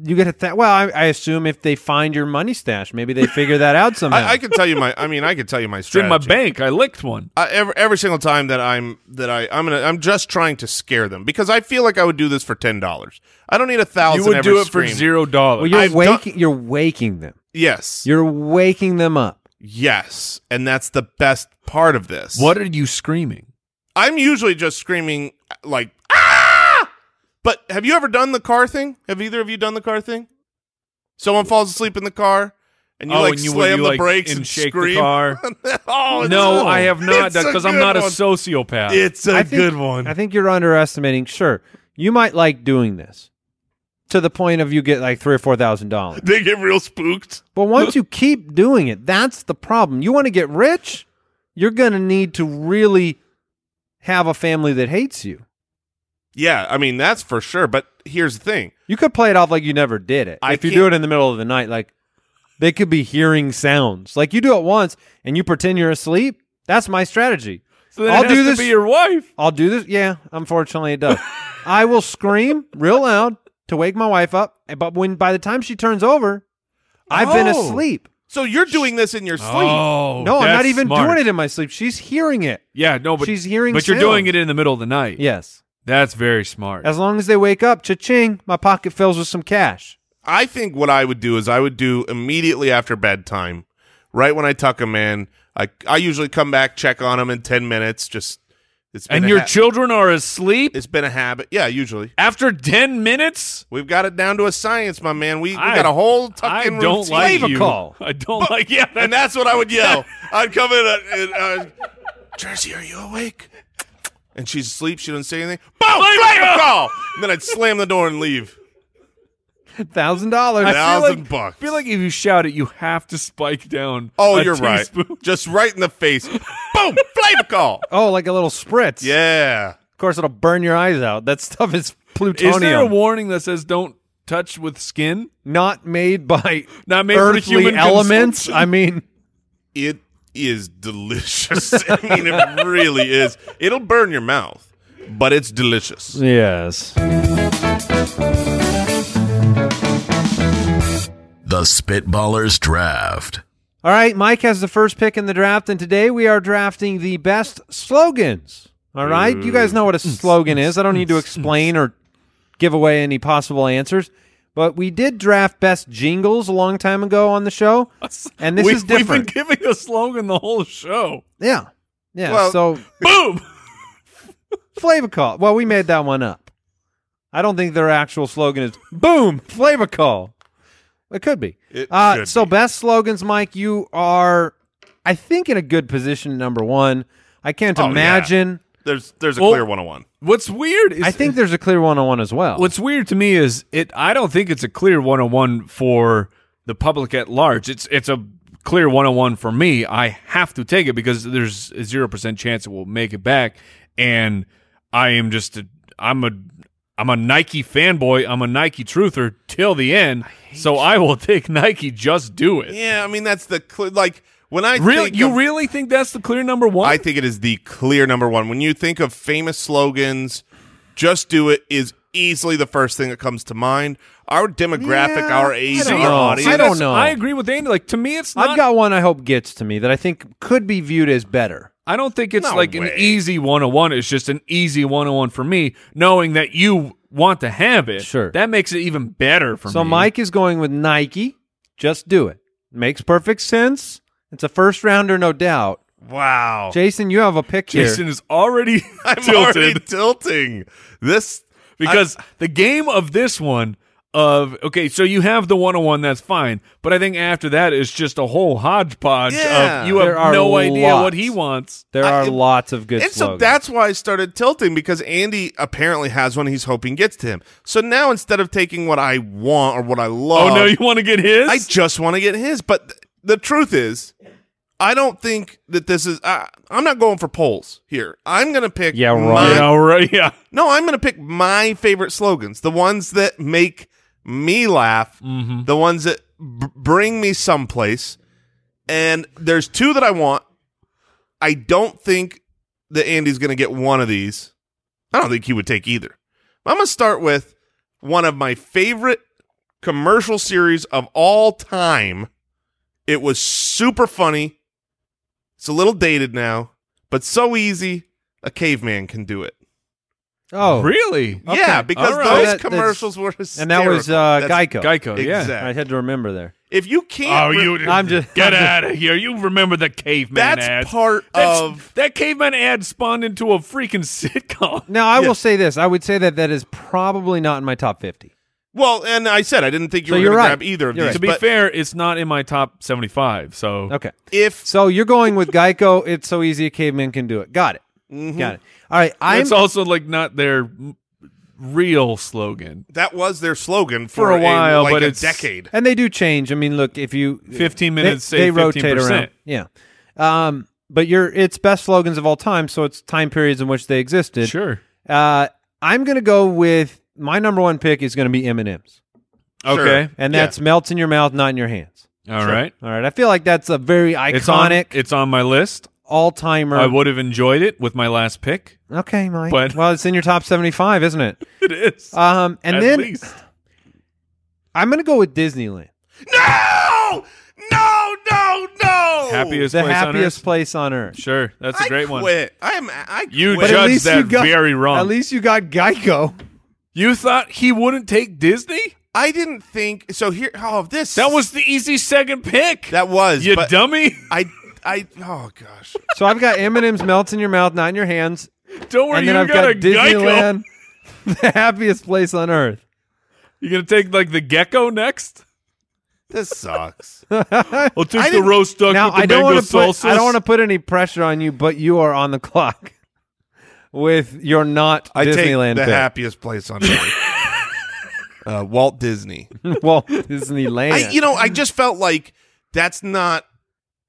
[SPEAKER 3] You get a th- well. I, I assume if they find your money stash, maybe they figure that out somehow.
[SPEAKER 5] I, I can tell you my, I mean, I can tell you my
[SPEAKER 2] It's in
[SPEAKER 5] strategy.
[SPEAKER 2] my bank. I licked one.
[SPEAKER 5] I, every, every single time that I'm that I I'm gonna I'm just trying to scare them because I feel like I would do this for ten dollars. I don't need a thousand.
[SPEAKER 2] You would
[SPEAKER 5] every
[SPEAKER 2] do it for
[SPEAKER 5] scream.
[SPEAKER 2] zero dollars.
[SPEAKER 3] well, you're
[SPEAKER 5] I've done-
[SPEAKER 3] waking. You're waking them.
[SPEAKER 5] Yes,
[SPEAKER 3] You're waking them up.
[SPEAKER 5] yes, and that's the best part of this.
[SPEAKER 2] what are you screaming?
[SPEAKER 5] I'm usually just screaming like ah. But have you ever done the car thing? Have either of you done the car thing? Someone falls asleep in the car, and you
[SPEAKER 2] Oh,
[SPEAKER 5] like
[SPEAKER 2] and you-
[SPEAKER 5] slam
[SPEAKER 2] you,
[SPEAKER 5] the
[SPEAKER 2] like,
[SPEAKER 5] brakes and,
[SPEAKER 2] and shake the
[SPEAKER 5] scream.
[SPEAKER 2] car.
[SPEAKER 5] oh it's-
[SPEAKER 2] No, I have not
[SPEAKER 5] it's a
[SPEAKER 2] because I'm
[SPEAKER 5] good
[SPEAKER 2] not a
[SPEAKER 5] one.
[SPEAKER 2] sociopath.
[SPEAKER 5] It's a
[SPEAKER 3] I think-
[SPEAKER 5] good one.
[SPEAKER 3] I think you're underestimating. Sure, you might like doing this to the point of you get like three or four thousand dollars.
[SPEAKER 5] they get real spooked.
[SPEAKER 3] But once you keep doing it, that's the problem. You want to get rich, you're gonna need to really have a family that hates you.
[SPEAKER 5] Yeah, I mean that's for sure. But here's the thing:
[SPEAKER 3] You could play it off like you never did it.
[SPEAKER 5] I
[SPEAKER 3] if you
[SPEAKER 5] can't-
[SPEAKER 3] do it in the middle of the night, like they could be hearing sounds. Like you do it once and you pretend you're asleep. That's my strategy.
[SPEAKER 2] So then it
[SPEAKER 3] I'll
[SPEAKER 2] has
[SPEAKER 3] do
[SPEAKER 2] to
[SPEAKER 3] this-
[SPEAKER 2] be your wife.
[SPEAKER 3] I'll do this. Yeah, unfortunately, it does. I will scream real loud to wake my wife up, but when by the time she turns over, I've been
[SPEAKER 2] Oh.
[SPEAKER 3] asleep.
[SPEAKER 5] so you're doing this in your sleep.
[SPEAKER 2] Oh,
[SPEAKER 3] No, I'm not
[SPEAKER 2] that's
[SPEAKER 3] even
[SPEAKER 2] smart.
[SPEAKER 3] doing it in my sleep. She's hearing it.
[SPEAKER 2] Yeah, no, but
[SPEAKER 3] She's hearing
[SPEAKER 2] But you're
[SPEAKER 3] sound.
[SPEAKER 2] doing it in the middle of the night.
[SPEAKER 3] Yes.
[SPEAKER 2] that's very smart.
[SPEAKER 3] As long as they wake up, cha-ching, my pocket fills with some cash.
[SPEAKER 5] I think what I would do is I would do immediately after bedtime, right when I tuck them in. I I usually come back, check on them in ten minutes. Just it's been
[SPEAKER 2] and
[SPEAKER 5] a
[SPEAKER 2] your
[SPEAKER 5] ha-
[SPEAKER 2] children are asleep
[SPEAKER 5] it's been a habit. Yeah, usually
[SPEAKER 2] after ten minutes.
[SPEAKER 5] we've got it down to a science, my man. We, we
[SPEAKER 2] I-
[SPEAKER 5] got a whole tuck
[SPEAKER 2] I
[SPEAKER 5] in
[SPEAKER 2] don't
[SPEAKER 5] routine.
[SPEAKER 2] like
[SPEAKER 3] Slave a
[SPEAKER 2] you.
[SPEAKER 3] call.
[SPEAKER 2] I don't like. Yeah,
[SPEAKER 5] and
[SPEAKER 2] that-
[SPEAKER 5] that's what I would yell. I'd come in. uh, and, uh, Jersey, are you awake? And she's asleep. She doesn't say anything. Boom!
[SPEAKER 2] Slave
[SPEAKER 5] Slave
[SPEAKER 2] her.
[SPEAKER 5] a call. And then I'd slam the door and leave.
[SPEAKER 3] Thousand dollars.
[SPEAKER 5] Now-
[SPEAKER 2] I feel
[SPEAKER 5] thousand
[SPEAKER 2] like,
[SPEAKER 5] bucks.
[SPEAKER 2] I feel like if you shout it, you have to spike down.
[SPEAKER 5] Oh,
[SPEAKER 2] a
[SPEAKER 5] you're right.
[SPEAKER 2] teaspoon.
[SPEAKER 5] Just right in the face. Boom! Flavor call.
[SPEAKER 3] Oh, like a little spritz.
[SPEAKER 5] Yeah.
[SPEAKER 3] Of course, it'll burn your eyes out. That stuff is plutonium.
[SPEAKER 2] Is there a warning that says don't touch with skin?
[SPEAKER 3] Not made by
[SPEAKER 2] Not made for
[SPEAKER 3] earthly
[SPEAKER 2] human
[SPEAKER 3] elements.
[SPEAKER 2] consumption.
[SPEAKER 3] I mean,
[SPEAKER 5] It is delicious. I mean, it really is. It'll burn your mouth, but it's delicious.
[SPEAKER 3] yes.
[SPEAKER 4] The Spitballers Draft.
[SPEAKER 3] All right, Mike has the first pick in the draft, and today we are drafting the best slogans. All right, you guys know what a slogan is. I don't need to explain or give away any possible answers, but we did draft best jingles a long time ago on the show, and this
[SPEAKER 2] We've-
[SPEAKER 3] is different.
[SPEAKER 2] We've been giving a slogan the whole show.
[SPEAKER 3] yeah, yeah.
[SPEAKER 5] Well-
[SPEAKER 3] so
[SPEAKER 2] Boom.
[SPEAKER 3] flavor call. Well, we made that one up. I don't think their actual slogan is "Boom flavor call." It could be.
[SPEAKER 5] It
[SPEAKER 3] uh,
[SPEAKER 5] should
[SPEAKER 3] so
[SPEAKER 5] be.
[SPEAKER 3] best slogans, Mike. You are, I think, in a good position. Number one. I can't
[SPEAKER 5] Oh, yeah.
[SPEAKER 3] imagine
[SPEAKER 5] There's there's a
[SPEAKER 2] Well-
[SPEAKER 5] clear 101.
[SPEAKER 2] What's weird is
[SPEAKER 3] I think there's a clear one on one as well.
[SPEAKER 2] What's weird to me is it. I don't think it's a clear 101 for the public at large. It's it's a clear 101 for me. I have to take it because there's a zero percent chance it will make it back, and I am just a, I'm a I'm a Nike fanboy. I'm a Nike truther till the end. so I will take Nike. Just do it.
[SPEAKER 5] Yeah, I mean that's the cl- like when I
[SPEAKER 2] Really,
[SPEAKER 5] think
[SPEAKER 2] you
[SPEAKER 5] of-
[SPEAKER 2] really think that's the clear number one?
[SPEAKER 5] I think it is the clear number one. When you think of famous slogans, just do it is easily the first thing that comes to mind. Our demographic,
[SPEAKER 3] Yeah,
[SPEAKER 5] our
[SPEAKER 3] I
[SPEAKER 5] age,
[SPEAKER 3] don't
[SPEAKER 5] our
[SPEAKER 3] know.
[SPEAKER 5] audience.
[SPEAKER 3] I don't know.
[SPEAKER 2] I agree with Andy. Like to me, it's not.
[SPEAKER 3] I've got one I hope gets to me that I think could be viewed as better.
[SPEAKER 2] I don't think it's
[SPEAKER 5] No
[SPEAKER 2] like
[SPEAKER 5] way.
[SPEAKER 2] an easy 101. It's just an easy 101 for me, knowing that you want to have it.
[SPEAKER 3] Sure.
[SPEAKER 2] That makes it even better for
[SPEAKER 3] So
[SPEAKER 2] me.
[SPEAKER 3] Mike is going with Nike. Just do it. Makes perfect sense. It's a first rounder, no doubt.
[SPEAKER 5] Wow.
[SPEAKER 3] Jason, you have a pick
[SPEAKER 2] Jason
[SPEAKER 3] here.
[SPEAKER 2] is already
[SPEAKER 5] I'm
[SPEAKER 2] tilted
[SPEAKER 5] already tilting. This
[SPEAKER 2] because the game of this one of okay, so you have the 101 that's fine, but I think after that is just a whole hodgepodge
[SPEAKER 5] Yeah.
[SPEAKER 2] of you
[SPEAKER 3] There are
[SPEAKER 2] have no idea what
[SPEAKER 3] lots.
[SPEAKER 2] he wants.
[SPEAKER 3] There are
[SPEAKER 5] I-
[SPEAKER 3] lots of good
[SPEAKER 5] and so
[SPEAKER 3] slogans.
[SPEAKER 5] that's why I started tilting because Andy apparently has one he's hoping gets to him. So now instead of taking what I want or what I love,
[SPEAKER 2] Oh no, you want to get his?
[SPEAKER 5] I just want to get his. But th- the truth is, I don't think that this is. I I'm not going for polls here. I'm going to pick.
[SPEAKER 3] Yeah, right.
[SPEAKER 5] my-
[SPEAKER 2] yeah, right. Yeah.
[SPEAKER 5] No, I'm going to pick my favorite slogans, the ones that make me laugh,
[SPEAKER 2] Mm-hmm.
[SPEAKER 5] the ones that b- bring me someplace. And there's two that I want. I don't think that Andy's going to get one of these. I don't think he would take either. I'm going to start with one of my favorite commercial series of all time. It was super funny. It's a little dated now, but so easy. A caveman can do it.
[SPEAKER 3] oh,
[SPEAKER 2] Really?
[SPEAKER 3] Okay.
[SPEAKER 5] Yeah, because
[SPEAKER 2] All right.
[SPEAKER 5] those
[SPEAKER 3] That- that's-
[SPEAKER 5] commercials were
[SPEAKER 3] and
[SPEAKER 5] hysterical.
[SPEAKER 3] that was uh,
[SPEAKER 5] That's-
[SPEAKER 3] Geico.
[SPEAKER 2] Geico, yeah.
[SPEAKER 5] Exact-
[SPEAKER 3] I had to remember there.
[SPEAKER 5] If you can't,
[SPEAKER 2] Oh,
[SPEAKER 5] re-
[SPEAKER 2] you
[SPEAKER 3] I'm just-
[SPEAKER 2] get out of here. You remember the caveman
[SPEAKER 5] That's
[SPEAKER 2] ad.
[SPEAKER 5] part
[SPEAKER 2] That's-
[SPEAKER 5] of-
[SPEAKER 2] that caveman ad spawned into a freaking sitcom.
[SPEAKER 3] Now, I will say this. I would say that that is probably not in my top 50.
[SPEAKER 5] well, and I said I didn't think you
[SPEAKER 3] So
[SPEAKER 5] were
[SPEAKER 3] you're
[SPEAKER 5] going
[SPEAKER 3] right.
[SPEAKER 5] to grab either of
[SPEAKER 3] You're
[SPEAKER 5] these.
[SPEAKER 2] To be
[SPEAKER 5] but
[SPEAKER 2] fair, it's not in my top seventy-five. So
[SPEAKER 3] Okay.
[SPEAKER 5] if
[SPEAKER 3] So you're going with Geico. It's so easy a caveman can do it. Got it.
[SPEAKER 2] Mm-hmm.
[SPEAKER 3] Got it. All right. I'm,
[SPEAKER 2] it's also like not their m- real slogan.
[SPEAKER 5] that was their slogan for,
[SPEAKER 2] For a while,
[SPEAKER 5] like
[SPEAKER 2] but
[SPEAKER 5] a
[SPEAKER 2] it's-
[SPEAKER 5] decade.
[SPEAKER 3] and they do change. I mean, look, if you
[SPEAKER 2] 15
[SPEAKER 3] they-
[SPEAKER 2] minutes,
[SPEAKER 3] they,
[SPEAKER 2] say
[SPEAKER 3] rotate
[SPEAKER 2] 15%.
[SPEAKER 3] around. Yeah. Um, but you're it's best slogans of all time, so it's time periods in which they existed.
[SPEAKER 2] Sure.
[SPEAKER 3] Uh, I'm gonna go with my number one pick is gonna be M and M's,
[SPEAKER 2] Okay.
[SPEAKER 3] and that's melts in your mouth, not in your hands.
[SPEAKER 2] All right.
[SPEAKER 3] All right. I feel like that's a very
[SPEAKER 2] It's on.
[SPEAKER 3] iconic
[SPEAKER 2] It's on my list.
[SPEAKER 3] all timer.
[SPEAKER 2] I would have enjoyed it with my last pick.
[SPEAKER 3] Okay, Mike.
[SPEAKER 2] But-
[SPEAKER 3] well, it's in your top seventy-five, isn't it?
[SPEAKER 2] It is.
[SPEAKER 3] Um, and
[SPEAKER 2] At
[SPEAKER 3] then
[SPEAKER 2] least.
[SPEAKER 3] I'm gonna go with Disneyland,
[SPEAKER 5] No, no, no, no.
[SPEAKER 2] happiest
[SPEAKER 3] the
[SPEAKER 2] place on
[SPEAKER 3] happiest
[SPEAKER 2] earth.
[SPEAKER 3] place on earth.
[SPEAKER 2] Sure, that's
[SPEAKER 5] I
[SPEAKER 2] a great
[SPEAKER 5] quit.
[SPEAKER 2] one.
[SPEAKER 5] I am. I
[SPEAKER 2] You
[SPEAKER 5] quit.
[SPEAKER 2] But at judged least that you got- very wrong.
[SPEAKER 3] At least you got Geico.
[SPEAKER 2] You thought he wouldn't take Disney?
[SPEAKER 5] I didn't think so. Here, oh, this
[SPEAKER 2] That was the easy second pick.
[SPEAKER 5] that was
[SPEAKER 2] you
[SPEAKER 5] but
[SPEAKER 2] dummy.
[SPEAKER 5] I, I, oh gosh.
[SPEAKER 3] So I've got M&M's melts in your mouth, not in your hands,
[SPEAKER 2] Don't worry,
[SPEAKER 3] and
[SPEAKER 2] you
[SPEAKER 3] then I've
[SPEAKER 2] got,
[SPEAKER 3] got,
[SPEAKER 2] a gecko.
[SPEAKER 3] Disneyland, the happiest place on earth.
[SPEAKER 2] You gonna take like the gecko next?
[SPEAKER 5] This sucks.
[SPEAKER 2] I'll take
[SPEAKER 5] I
[SPEAKER 2] the
[SPEAKER 5] didn't-
[SPEAKER 2] roast duck
[SPEAKER 3] now
[SPEAKER 2] with the
[SPEAKER 3] I don't
[SPEAKER 2] mango
[SPEAKER 3] want to put
[SPEAKER 2] salsa.
[SPEAKER 3] I don't want to put any pressure on you, but you are on the clock with your not
[SPEAKER 5] I
[SPEAKER 3] Disneyland
[SPEAKER 5] take the
[SPEAKER 3] pick.
[SPEAKER 5] happiest place on earth. uh, Walt Disney.
[SPEAKER 3] well, Disneyland.
[SPEAKER 5] I, you know, I just felt like that's not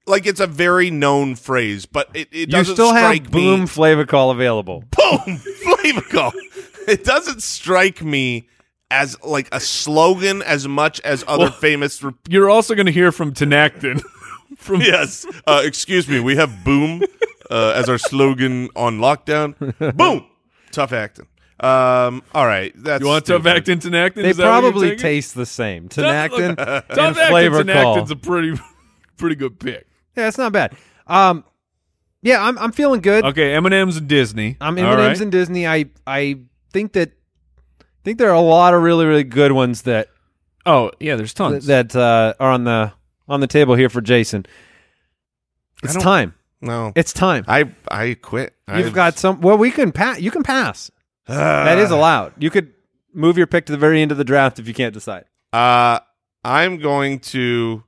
[SPEAKER 5] like it's a very known phrase, but it, it
[SPEAKER 3] you
[SPEAKER 5] doesn't
[SPEAKER 3] still
[SPEAKER 5] strike
[SPEAKER 3] have Bloom
[SPEAKER 5] me.
[SPEAKER 3] Flavor Call available.
[SPEAKER 5] Boom, flavical. It doesn't strike me as like a slogan as much as other famous. Re-
[SPEAKER 2] You're also gonna hear from Tenactin. from
[SPEAKER 5] yes, uh, excuse me. We have boom uh, as our slogan on lockdown. boom, tough acting. Um, all right, that's
[SPEAKER 2] You want
[SPEAKER 5] stupid.
[SPEAKER 2] tough actin Tenactin?
[SPEAKER 3] They
[SPEAKER 2] Is that what you're
[SPEAKER 3] probably
[SPEAKER 2] taking?
[SPEAKER 3] taste the same.
[SPEAKER 2] Tough-
[SPEAKER 3] Tenactin
[SPEAKER 2] look,
[SPEAKER 3] and
[SPEAKER 2] Tough actin
[SPEAKER 3] Flavor Call.
[SPEAKER 2] Tenactin's a pretty, pretty good pick.
[SPEAKER 3] yeah, it's not bad. Um, yeah, I'm I'm feeling good.
[SPEAKER 2] Okay, M and M's and Disney.
[SPEAKER 3] I'm
[SPEAKER 2] All
[SPEAKER 3] M&M's
[SPEAKER 2] right.
[SPEAKER 3] and Disney. I I think that think there are a lot of really really good ones that
[SPEAKER 2] Oh yeah, there's tons.
[SPEAKER 3] that uh, are on the on the table here for Jason. It's
[SPEAKER 5] don't-
[SPEAKER 3] time.
[SPEAKER 5] No,
[SPEAKER 3] It's time.
[SPEAKER 5] I I quit.
[SPEAKER 3] You've
[SPEAKER 5] I've-
[SPEAKER 3] got some. Well, we can pass. You can pass. that
[SPEAKER 2] Uh,
[SPEAKER 3] is allowed. You could move your pick to the very end of the draft if you can't decide.
[SPEAKER 5] Uh, I'm going to.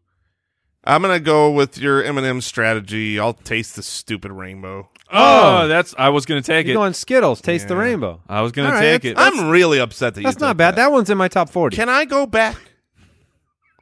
[SPEAKER 5] I'm gonna go with your Eminem strategy. I'll taste the stupid rainbow.
[SPEAKER 2] Oh, that's I was gonna take
[SPEAKER 3] You
[SPEAKER 2] it.
[SPEAKER 3] go on Skittles, taste the rainbow.
[SPEAKER 2] I was gonna
[SPEAKER 3] All right,
[SPEAKER 2] take it.
[SPEAKER 5] I'm really upset that you.
[SPEAKER 3] That's
[SPEAKER 5] took
[SPEAKER 3] not bad. That. one's in my top forty.
[SPEAKER 5] Can I go back?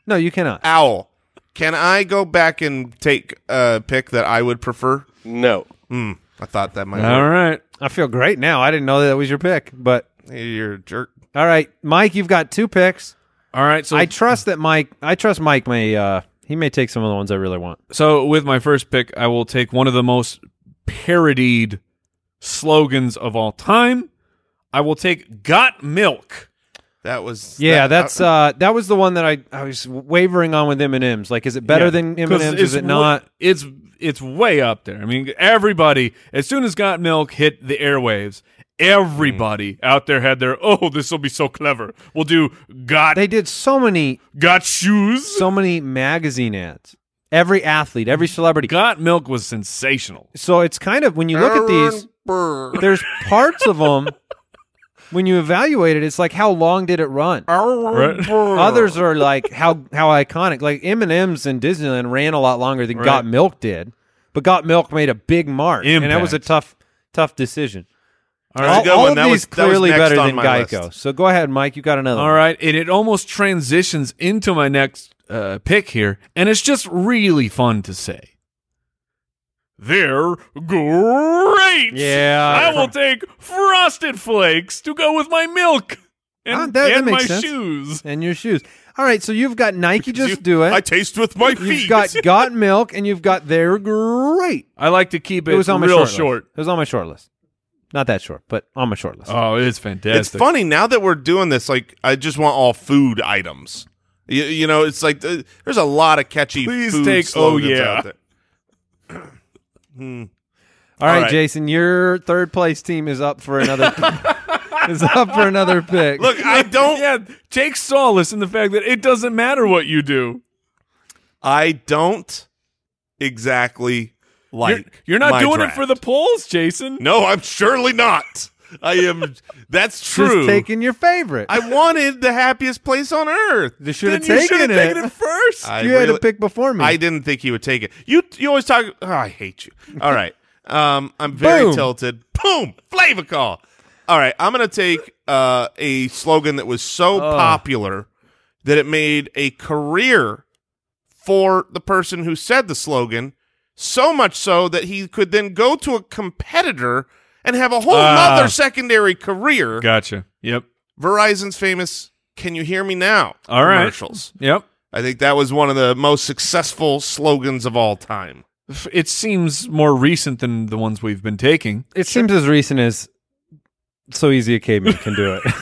[SPEAKER 3] no, you cannot.
[SPEAKER 5] Owl. Can I go back and take a pick that I would prefer?
[SPEAKER 6] No.
[SPEAKER 5] Hmm. I thought that might.
[SPEAKER 2] All
[SPEAKER 5] work.
[SPEAKER 2] right.
[SPEAKER 3] I feel great now. I didn't know that was your pick, but
[SPEAKER 5] You're a jerk.
[SPEAKER 3] all right, Mike, you've got two picks.
[SPEAKER 2] All right. So
[SPEAKER 3] I trust that Mike. I trust Mike may. Uh, he may take some of the ones I really want.
[SPEAKER 2] so with my first pick, I will take one of the most parodied slogans of all time. I will take "Got Milk."
[SPEAKER 5] That was.
[SPEAKER 3] Yeah,
[SPEAKER 5] that-
[SPEAKER 3] that's uh, that was the one that I, I was wavering on with M and M's. Like, is it better than M and
[SPEAKER 2] 'Cause
[SPEAKER 3] M's?
[SPEAKER 2] it's
[SPEAKER 3] Is it
[SPEAKER 2] wa-
[SPEAKER 3] not?
[SPEAKER 2] It's it's way up there. I mean, everybody as soon as "Got Milk" hit the airwaves. Everybody
[SPEAKER 3] Mm.
[SPEAKER 2] out there had their oh, this will be so clever. We'll do got
[SPEAKER 3] They did so many
[SPEAKER 2] got shoes.
[SPEAKER 3] so many magazine ads. Every athlete, every celebrity.
[SPEAKER 2] Got Milk was sensational.
[SPEAKER 3] So it's kind of when you look at
[SPEAKER 5] Aaron
[SPEAKER 3] these,
[SPEAKER 5] Burr.
[SPEAKER 3] there's parts of them. When you evaluate it, it's like how long did it run?
[SPEAKER 2] Right?
[SPEAKER 5] Mm.
[SPEAKER 3] Others are like how how iconic. Like M and M's in Disneyland ran a lot longer than Got Milk did, but Got Milk made a big mark, and that was a
[SPEAKER 2] Impact.
[SPEAKER 3] tough tough decision. All,
[SPEAKER 5] That's a good
[SPEAKER 3] all
[SPEAKER 5] one.
[SPEAKER 3] of
[SPEAKER 5] That
[SPEAKER 3] these
[SPEAKER 5] was- that was
[SPEAKER 3] clearly
[SPEAKER 5] next
[SPEAKER 3] better
[SPEAKER 5] on
[SPEAKER 3] than
[SPEAKER 5] my
[SPEAKER 3] Geico.
[SPEAKER 5] list.
[SPEAKER 3] So go ahead, Mike. You got another.
[SPEAKER 2] All
[SPEAKER 3] one.
[SPEAKER 2] right, and it almost transitions into my next uh, pick here, and it's just really fun to say. They're great.
[SPEAKER 3] Yeah.
[SPEAKER 2] I will take frosted flakes to go with my milk and,
[SPEAKER 3] Ah, that- that
[SPEAKER 2] and
[SPEAKER 3] makes
[SPEAKER 2] my
[SPEAKER 3] sense.
[SPEAKER 2] shoes.
[SPEAKER 3] And your shoes. All right. So you've got Nike. Just
[SPEAKER 5] You-
[SPEAKER 3] do it.
[SPEAKER 5] I taste with my feet.
[SPEAKER 3] you've got Got Milk, and you've got They're Great.
[SPEAKER 2] I like to keep it,
[SPEAKER 3] It was on my
[SPEAKER 2] real
[SPEAKER 3] short,
[SPEAKER 2] short.
[SPEAKER 3] List. It was on my short list. Not that short, but on my short list.
[SPEAKER 2] Oh, it's fantastic.
[SPEAKER 5] it's funny now that we're doing this. Like, I just want all food items. You, you know, it's like uh, there's a lot of catchy.
[SPEAKER 2] Please
[SPEAKER 5] food
[SPEAKER 2] take- oh,
[SPEAKER 5] slogans
[SPEAKER 2] yeah.
[SPEAKER 5] out there.
[SPEAKER 3] all, right,
[SPEAKER 5] all right.
[SPEAKER 3] Jason, your third place team is up for another is up for another pick.
[SPEAKER 5] Look, I don't.
[SPEAKER 2] yeah, take solace in the fact that it doesn't matter what you do.
[SPEAKER 5] I don't exactly like.
[SPEAKER 2] You're, you're not
[SPEAKER 5] my
[SPEAKER 2] doing
[SPEAKER 5] draft.
[SPEAKER 2] it for the polls, Jason.
[SPEAKER 5] No, I'm surely not. I am. That's
[SPEAKER 3] just
[SPEAKER 5] true.
[SPEAKER 3] taking your favorite.
[SPEAKER 5] I wanted the happiest place on earth.
[SPEAKER 3] you should have
[SPEAKER 2] Then you should
[SPEAKER 3] taken,
[SPEAKER 2] have
[SPEAKER 3] it.
[SPEAKER 2] taken it first.
[SPEAKER 5] I
[SPEAKER 3] you had
[SPEAKER 5] really-
[SPEAKER 3] a pick before me.
[SPEAKER 5] I didn't think he would take it. You you always talk. Oh, I hate you. All right. Um, I'm very
[SPEAKER 3] Boom.
[SPEAKER 5] tilted. Boom. Flavor call. All right. I'm gonna take uh, a slogan that was so popular that it made a career for the person who said the slogan. So much so that he could then go to a competitor and have a whole
[SPEAKER 2] Ah.
[SPEAKER 5] other secondary career.
[SPEAKER 2] Gotcha. Yep.
[SPEAKER 5] Verizon's famous "Can you hear me now?"
[SPEAKER 2] All right.
[SPEAKER 5] commercials.
[SPEAKER 2] Yep.
[SPEAKER 5] I think that was one of the most successful slogans of all time.
[SPEAKER 2] F- It seems more recent than the ones we've been taking.
[SPEAKER 3] It seems as recent as so easy a caveman can do it.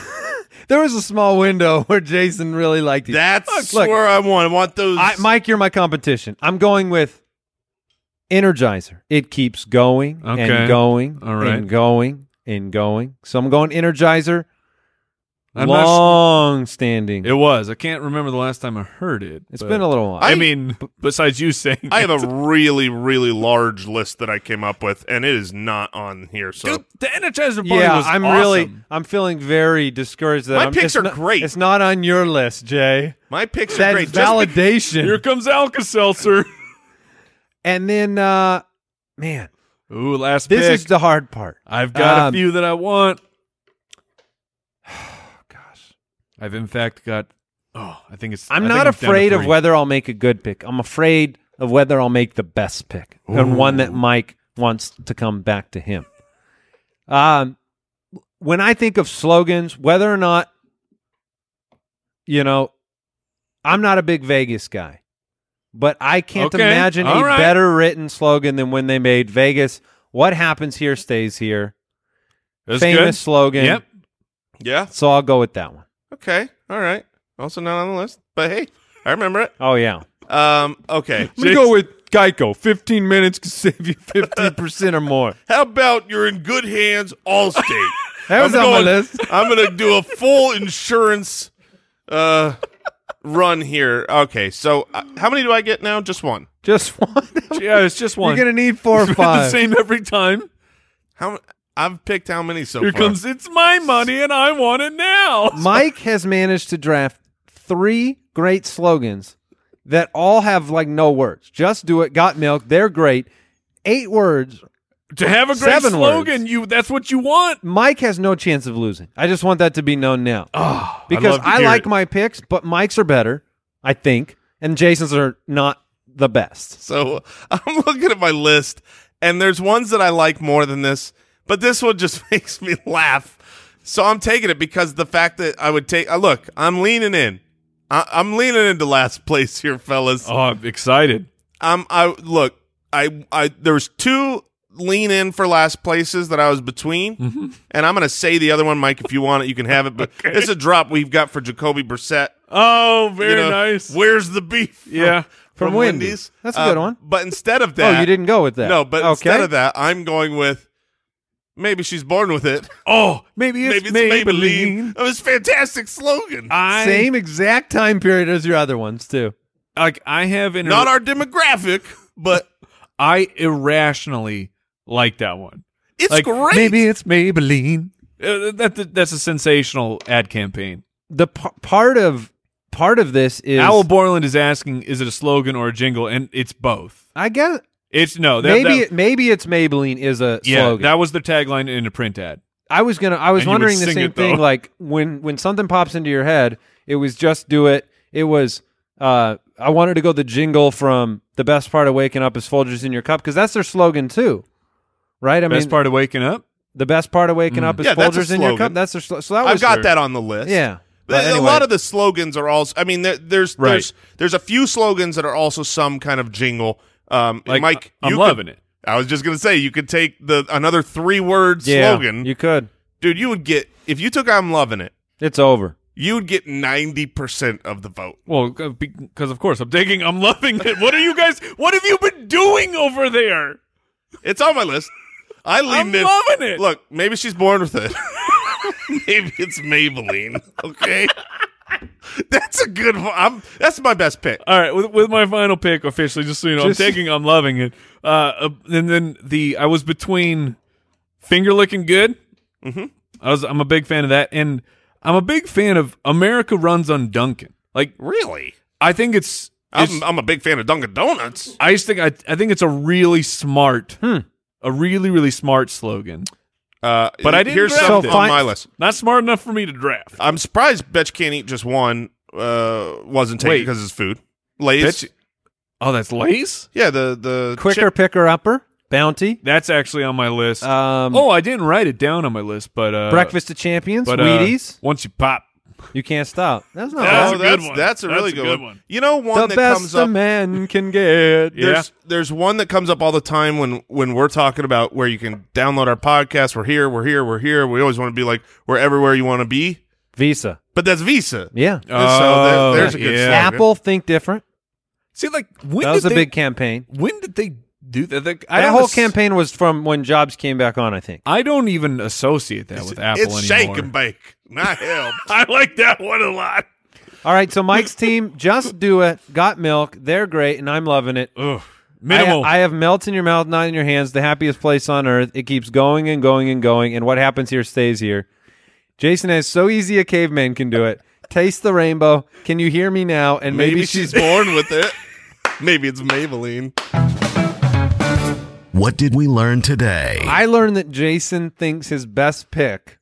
[SPEAKER 3] there was a small window where Jason really liked it.
[SPEAKER 5] That's
[SPEAKER 3] Look,
[SPEAKER 5] where I want. I want those.
[SPEAKER 3] I, Mike, you're my competition. I'm going with Energizer. It keeps going
[SPEAKER 2] Okay.
[SPEAKER 3] and going
[SPEAKER 2] All right.
[SPEAKER 3] and going and going. So I'm going Energizer.
[SPEAKER 2] I'm not
[SPEAKER 3] long standing.
[SPEAKER 2] It was. I can't remember the last time I heard it. It's
[SPEAKER 3] It's been a little while.
[SPEAKER 2] I
[SPEAKER 5] I-
[SPEAKER 2] mean, b- besides you saying,
[SPEAKER 5] I have
[SPEAKER 2] it.
[SPEAKER 5] a really, really large list that I came up with, and it is not on here. So
[SPEAKER 2] dude. The Energizer Bunny
[SPEAKER 3] yeah,
[SPEAKER 2] was
[SPEAKER 3] I'm
[SPEAKER 2] awesome.
[SPEAKER 3] really, I'm feeling very discouraged that
[SPEAKER 5] My
[SPEAKER 3] I'm,
[SPEAKER 5] picks
[SPEAKER 3] it's
[SPEAKER 5] are
[SPEAKER 3] not-
[SPEAKER 5] great.
[SPEAKER 3] It's not on your list, Jay.
[SPEAKER 5] my picks are
[SPEAKER 3] That's
[SPEAKER 5] great. Just be-
[SPEAKER 3] validation.
[SPEAKER 2] Here comes Alka Seltzer.
[SPEAKER 3] and then, uh, man,
[SPEAKER 2] Ooh, last
[SPEAKER 3] this
[SPEAKER 2] pick.
[SPEAKER 3] is the hard part.
[SPEAKER 2] I've got
[SPEAKER 3] um,
[SPEAKER 2] a few that I want. Gosh, I've in fact got. Oh, I think it's.
[SPEAKER 3] I'm
[SPEAKER 2] I think
[SPEAKER 3] not
[SPEAKER 2] down to
[SPEAKER 3] afraid of
[SPEAKER 2] three.
[SPEAKER 3] whether I'll make a good pick. I'm afraid of whether I'll make the best pick and one that Mike wants to come back to him. Um, when I think of slogans, whether or not, you know, I'm not a big Vegas guy, but I can't
[SPEAKER 2] Okay.
[SPEAKER 3] imagine
[SPEAKER 2] All
[SPEAKER 3] a
[SPEAKER 2] right.
[SPEAKER 3] better written slogan than when they made Vegas. What happens here stays here.
[SPEAKER 2] That's good.
[SPEAKER 3] Famous slogan.
[SPEAKER 2] Yep.
[SPEAKER 5] yeah.
[SPEAKER 3] So I'll go with that one.
[SPEAKER 5] Okay. All right. Also not on the list, but hey, I remember it.
[SPEAKER 3] Oh yeah.
[SPEAKER 5] Um. Okay.
[SPEAKER 3] I'm gonna go with Geico. Fifteen minutes can save you fifteen percent or more.
[SPEAKER 5] How about you're in good hands, Allstate?
[SPEAKER 3] That was
[SPEAKER 5] I'm
[SPEAKER 3] on my
[SPEAKER 5] going-
[SPEAKER 3] list.
[SPEAKER 5] I'm gonna do a full insurance uh run here. Okay, so uh, how many do I get now? Just one.
[SPEAKER 3] Just one.
[SPEAKER 2] Yeah, it's just
[SPEAKER 3] You're
[SPEAKER 2] one.
[SPEAKER 3] gonna need four or
[SPEAKER 2] It's the
[SPEAKER 3] five.
[SPEAKER 2] same every time.
[SPEAKER 5] How m- I've picked how many so
[SPEAKER 2] Here
[SPEAKER 5] far?
[SPEAKER 2] comes. It's my money, and I want it now.
[SPEAKER 3] Mike has managed to draft three great slogans that all have like no words. Just do it. Got milk. They're great. Eight words,
[SPEAKER 2] To have a great
[SPEAKER 3] Seven
[SPEAKER 2] slogan,
[SPEAKER 3] words.
[SPEAKER 2] you that's what you want.
[SPEAKER 3] Mike has no chance of losing. I just want that to be known now.
[SPEAKER 5] Ah,
[SPEAKER 3] because
[SPEAKER 2] love to
[SPEAKER 3] I,
[SPEAKER 2] hear
[SPEAKER 3] like
[SPEAKER 2] it.
[SPEAKER 3] my picks, but Mike's are better, I think, and Jason's are not the best.
[SPEAKER 5] So I'm looking at my list, and there's ones that I like more than this, but this one just makes me laugh. So I'm taking it because the fact that I would take. Uh, look, I'm leaning in. I, I'm leaning into last place here, fellas.
[SPEAKER 2] Oh, I'm excited.
[SPEAKER 5] Um, I look, I, I there was two lean in for last places that I was between,
[SPEAKER 2] Mm-hmm.
[SPEAKER 5] and I'm gonna say the other one, Mike. If you want it, you can have it. But it's a drop we've got for Jacoby Brissett.
[SPEAKER 2] Oh,
[SPEAKER 5] You
[SPEAKER 2] very
[SPEAKER 5] know,
[SPEAKER 2] nice.
[SPEAKER 5] Where's the beef? Uh,
[SPEAKER 2] yeah.
[SPEAKER 3] From Wendy's. That's a good one.
[SPEAKER 5] But instead of that,
[SPEAKER 3] oh, you didn't go with that.
[SPEAKER 5] No, but
[SPEAKER 3] okay.
[SPEAKER 5] instead of that, I'm going with maybe she's born with it.
[SPEAKER 2] Oh, maybe
[SPEAKER 5] Maybe
[SPEAKER 2] it's
[SPEAKER 5] it's
[SPEAKER 2] Maybelline.
[SPEAKER 5] Maybelline. It was a fantastic slogan.
[SPEAKER 2] I
[SPEAKER 3] same exact time period as your other ones too.
[SPEAKER 2] like I have an
[SPEAKER 5] Not our demographic, but
[SPEAKER 2] I irrationally like that one.
[SPEAKER 5] it's
[SPEAKER 2] like
[SPEAKER 5] great.
[SPEAKER 2] maybe it's Maybelline. Uh, that that's a sensational ad campaign.
[SPEAKER 3] The p- part of part of this is
[SPEAKER 2] Owl Borland is asking, is it a slogan or a jingle? And it's both.
[SPEAKER 3] I guess
[SPEAKER 2] It's no. Oh, That,
[SPEAKER 3] maybe
[SPEAKER 2] that,
[SPEAKER 3] it maybe it's Maybelline is a
[SPEAKER 2] yeah,
[SPEAKER 3] slogan.
[SPEAKER 2] that was the tagline in a print ad.
[SPEAKER 3] I was gonna. I was
[SPEAKER 2] And you would
[SPEAKER 3] wondering the
[SPEAKER 2] sing
[SPEAKER 3] same
[SPEAKER 2] it, though.
[SPEAKER 3] thing. Like when when something pops into your head, it was just do it. It was. Uh, I wanted to go the jingle from the best part of waking up is Folgers in your cup because that's their slogan too, right? I
[SPEAKER 2] Best
[SPEAKER 3] mean,
[SPEAKER 2] part Mm. of waking up.
[SPEAKER 3] the best part of waking up is
[SPEAKER 5] Yeah, that's a
[SPEAKER 3] Folgers in your cup.
[SPEAKER 5] slogan.
[SPEAKER 3] That's their slo- so that was
[SPEAKER 5] I've got
[SPEAKER 3] their-
[SPEAKER 5] that on the list.
[SPEAKER 3] Yeah,
[SPEAKER 5] Th-
[SPEAKER 3] but anyway,
[SPEAKER 5] A lot of the slogans are also. I mean, there, there's
[SPEAKER 2] Right.
[SPEAKER 5] there's there's a few slogans that are also some kind of jingle. Um,
[SPEAKER 2] Like
[SPEAKER 5] Mike,
[SPEAKER 2] I- I'm
[SPEAKER 5] you could-
[SPEAKER 2] loving it.
[SPEAKER 5] I was just gonna say you could take the another three word
[SPEAKER 3] yeah,
[SPEAKER 5] slogan,
[SPEAKER 3] You could.
[SPEAKER 5] dude. You would get if you took "I'm loving it,"
[SPEAKER 3] It's over.
[SPEAKER 5] you would get ninety percent of the vote.
[SPEAKER 2] Well, because of course I'm taking. I'm loving it. What are you guys? What have you been doing over there?
[SPEAKER 5] It's on my list. I leaned in.
[SPEAKER 2] loving it.
[SPEAKER 5] Look, maybe she's born with it. maybe it's Maybelline. Okay, that's a good one. I'm, that's my best pick.
[SPEAKER 2] All right, with, with my final pick officially, just so you know,
[SPEAKER 3] Just-
[SPEAKER 2] I'm taking. I'm loving it. Uh, uh, and then the I was between finger licking good. Mm-hmm. I was. I'm a big fan of that, and I'm a big fan of America runs on Duncan. Like
[SPEAKER 5] Really,
[SPEAKER 2] I think it's. it's-
[SPEAKER 5] I'm, I'm a big fan of Dunkin' Donuts.
[SPEAKER 2] I just think I, I think it's a really smart, a really really smart slogan.
[SPEAKER 5] Uh,
[SPEAKER 2] But I didn't
[SPEAKER 5] here's
[SPEAKER 2] draft
[SPEAKER 5] something
[SPEAKER 2] it.
[SPEAKER 3] Fine.
[SPEAKER 5] on my list.
[SPEAKER 2] Not smart enough for me to draft.
[SPEAKER 5] I'm surprised Betch can't eat just one. Uh, wasn't taken
[SPEAKER 2] Wait.
[SPEAKER 5] because it's food. Lays.
[SPEAKER 2] Betch- oh, that's lace.
[SPEAKER 5] Yeah, the the
[SPEAKER 3] Quicker
[SPEAKER 5] chip-
[SPEAKER 3] picker upper bounty.
[SPEAKER 2] That's actually on my list.
[SPEAKER 3] Um,
[SPEAKER 2] oh, I didn't write it down on my list, but uh,
[SPEAKER 3] breakfast of champions.
[SPEAKER 2] but, uh,
[SPEAKER 3] Wheaties.
[SPEAKER 2] once you pop,
[SPEAKER 3] you can't stop. That's not
[SPEAKER 2] That's
[SPEAKER 5] Oh,
[SPEAKER 2] a
[SPEAKER 3] bad.
[SPEAKER 2] good
[SPEAKER 5] that's,
[SPEAKER 2] one.
[SPEAKER 5] that's a
[SPEAKER 2] That's
[SPEAKER 5] really
[SPEAKER 2] a
[SPEAKER 5] good,
[SPEAKER 2] good
[SPEAKER 5] one.
[SPEAKER 2] one.
[SPEAKER 5] You know one
[SPEAKER 3] the
[SPEAKER 5] that
[SPEAKER 3] best
[SPEAKER 5] comes
[SPEAKER 3] a
[SPEAKER 5] up.
[SPEAKER 3] man can get.
[SPEAKER 5] There's there's one that comes up all the time when when we're talking about where you can download our podcast. We're here, we're here, we're here. We always want to be like we're everywhere you want to be,
[SPEAKER 3] Visa.
[SPEAKER 5] but that's Visa.
[SPEAKER 3] Yeah.
[SPEAKER 5] so
[SPEAKER 2] Oh,
[SPEAKER 5] there- there's a good
[SPEAKER 2] yeah.
[SPEAKER 5] slogan.
[SPEAKER 3] Apple think different.
[SPEAKER 2] see, like when
[SPEAKER 3] That was a
[SPEAKER 2] did they,
[SPEAKER 3] big campaign.
[SPEAKER 2] When did they do that? Like, I
[SPEAKER 3] That
[SPEAKER 2] don't
[SPEAKER 3] whole
[SPEAKER 2] as-
[SPEAKER 3] campaign was from when Jobs came back on, I think.
[SPEAKER 2] I don't even associate that with Apple
[SPEAKER 5] it's
[SPEAKER 2] anymore.
[SPEAKER 5] shake and bake. Not help.
[SPEAKER 2] I like that one a lot.
[SPEAKER 3] All right, so Mike's team, just do it. Got milk. They're great, and I'm loving it.
[SPEAKER 2] Ugh, minimal.
[SPEAKER 3] I, I have melt in your mouth, not in your hands. The happiest place on earth. It keeps going and going and going, and what happens here stays here. Jason has so easy a caveman can do it. Taste the rainbow. Can you hear me now? And maybe,
[SPEAKER 5] Maybe
[SPEAKER 3] she's
[SPEAKER 5] she's born with it. Maybe it's Maybelline.
[SPEAKER 4] What did we learn today?
[SPEAKER 3] I learned that Jason thinks his best pick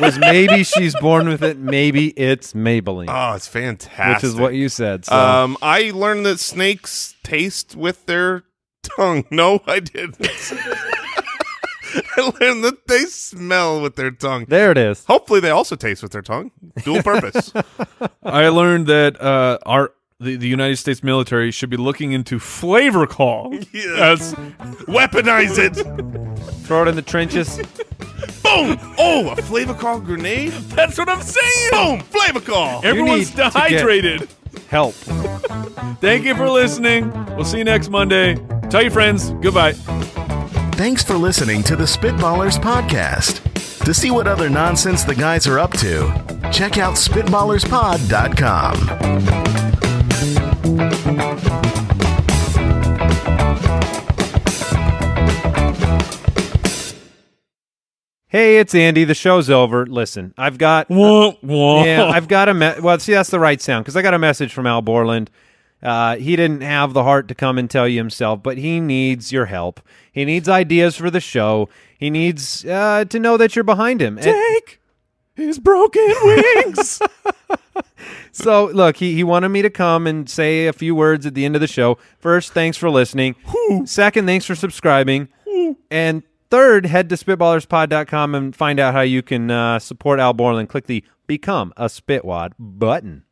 [SPEAKER 3] was maybe she's born with it, maybe it's Maybelline,
[SPEAKER 5] Oh, it's fantastic.
[SPEAKER 3] which is what you said. So.
[SPEAKER 5] Um, I learned that snakes taste with their tongue. No, I didn't. I learned that they smell with their tongue.
[SPEAKER 3] there it is.
[SPEAKER 5] Hopefully, they also taste with their tongue. Dual purpose.
[SPEAKER 2] I learned that uh, our the, the United States military should be looking into flavor call.
[SPEAKER 5] Yes. Weaponize it.
[SPEAKER 3] Throw it in the trenches.
[SPEAKER 5] Boom. Oh, a flavor call grenade.
[SPEAKER 2] That's what I'm saying.
[SPEAKER 5] Boom. Flavor call.
[SPEAKER 2] Everyone's
[SPEAKER 3] need to get-
[SPEAKER 2] dehydrated.
[SPEAKER 3] Help.
[SPEAKER 2] Thank you for listening. We'll see you next Monday. Tell your friends. Goodbye.
[SPEAKER 4] Thanks for listening to the Spitballers Podcast. To see what other nonsense the guys are up to, check out SpitballersPod.com.
[SPEAKER 3] Hey, it's Andy. The show's over. Listen, I've got
[SPEAKER 2] Whoa, whoa. Oh.
[SPEAKER 3] yeah, I've got a me- well. See, that's the right sound because I got a message from Al Borland, Uh, he didn't have the heart to come and tell you himself, but he needs your help. He needs ideas for the show. He needs uh, to know that you're behind him. And-
[SPEAKER 2] Take his broken wings.
[SPEAKER 3] so look, he, he wanted me to come and say a few words at the end of the show. First, thanks for listening. Second, thanks for subscribing. And third, head to spitballerspod.com and find out how you can uh, support Al Borland. Click the Become a Spitwad button.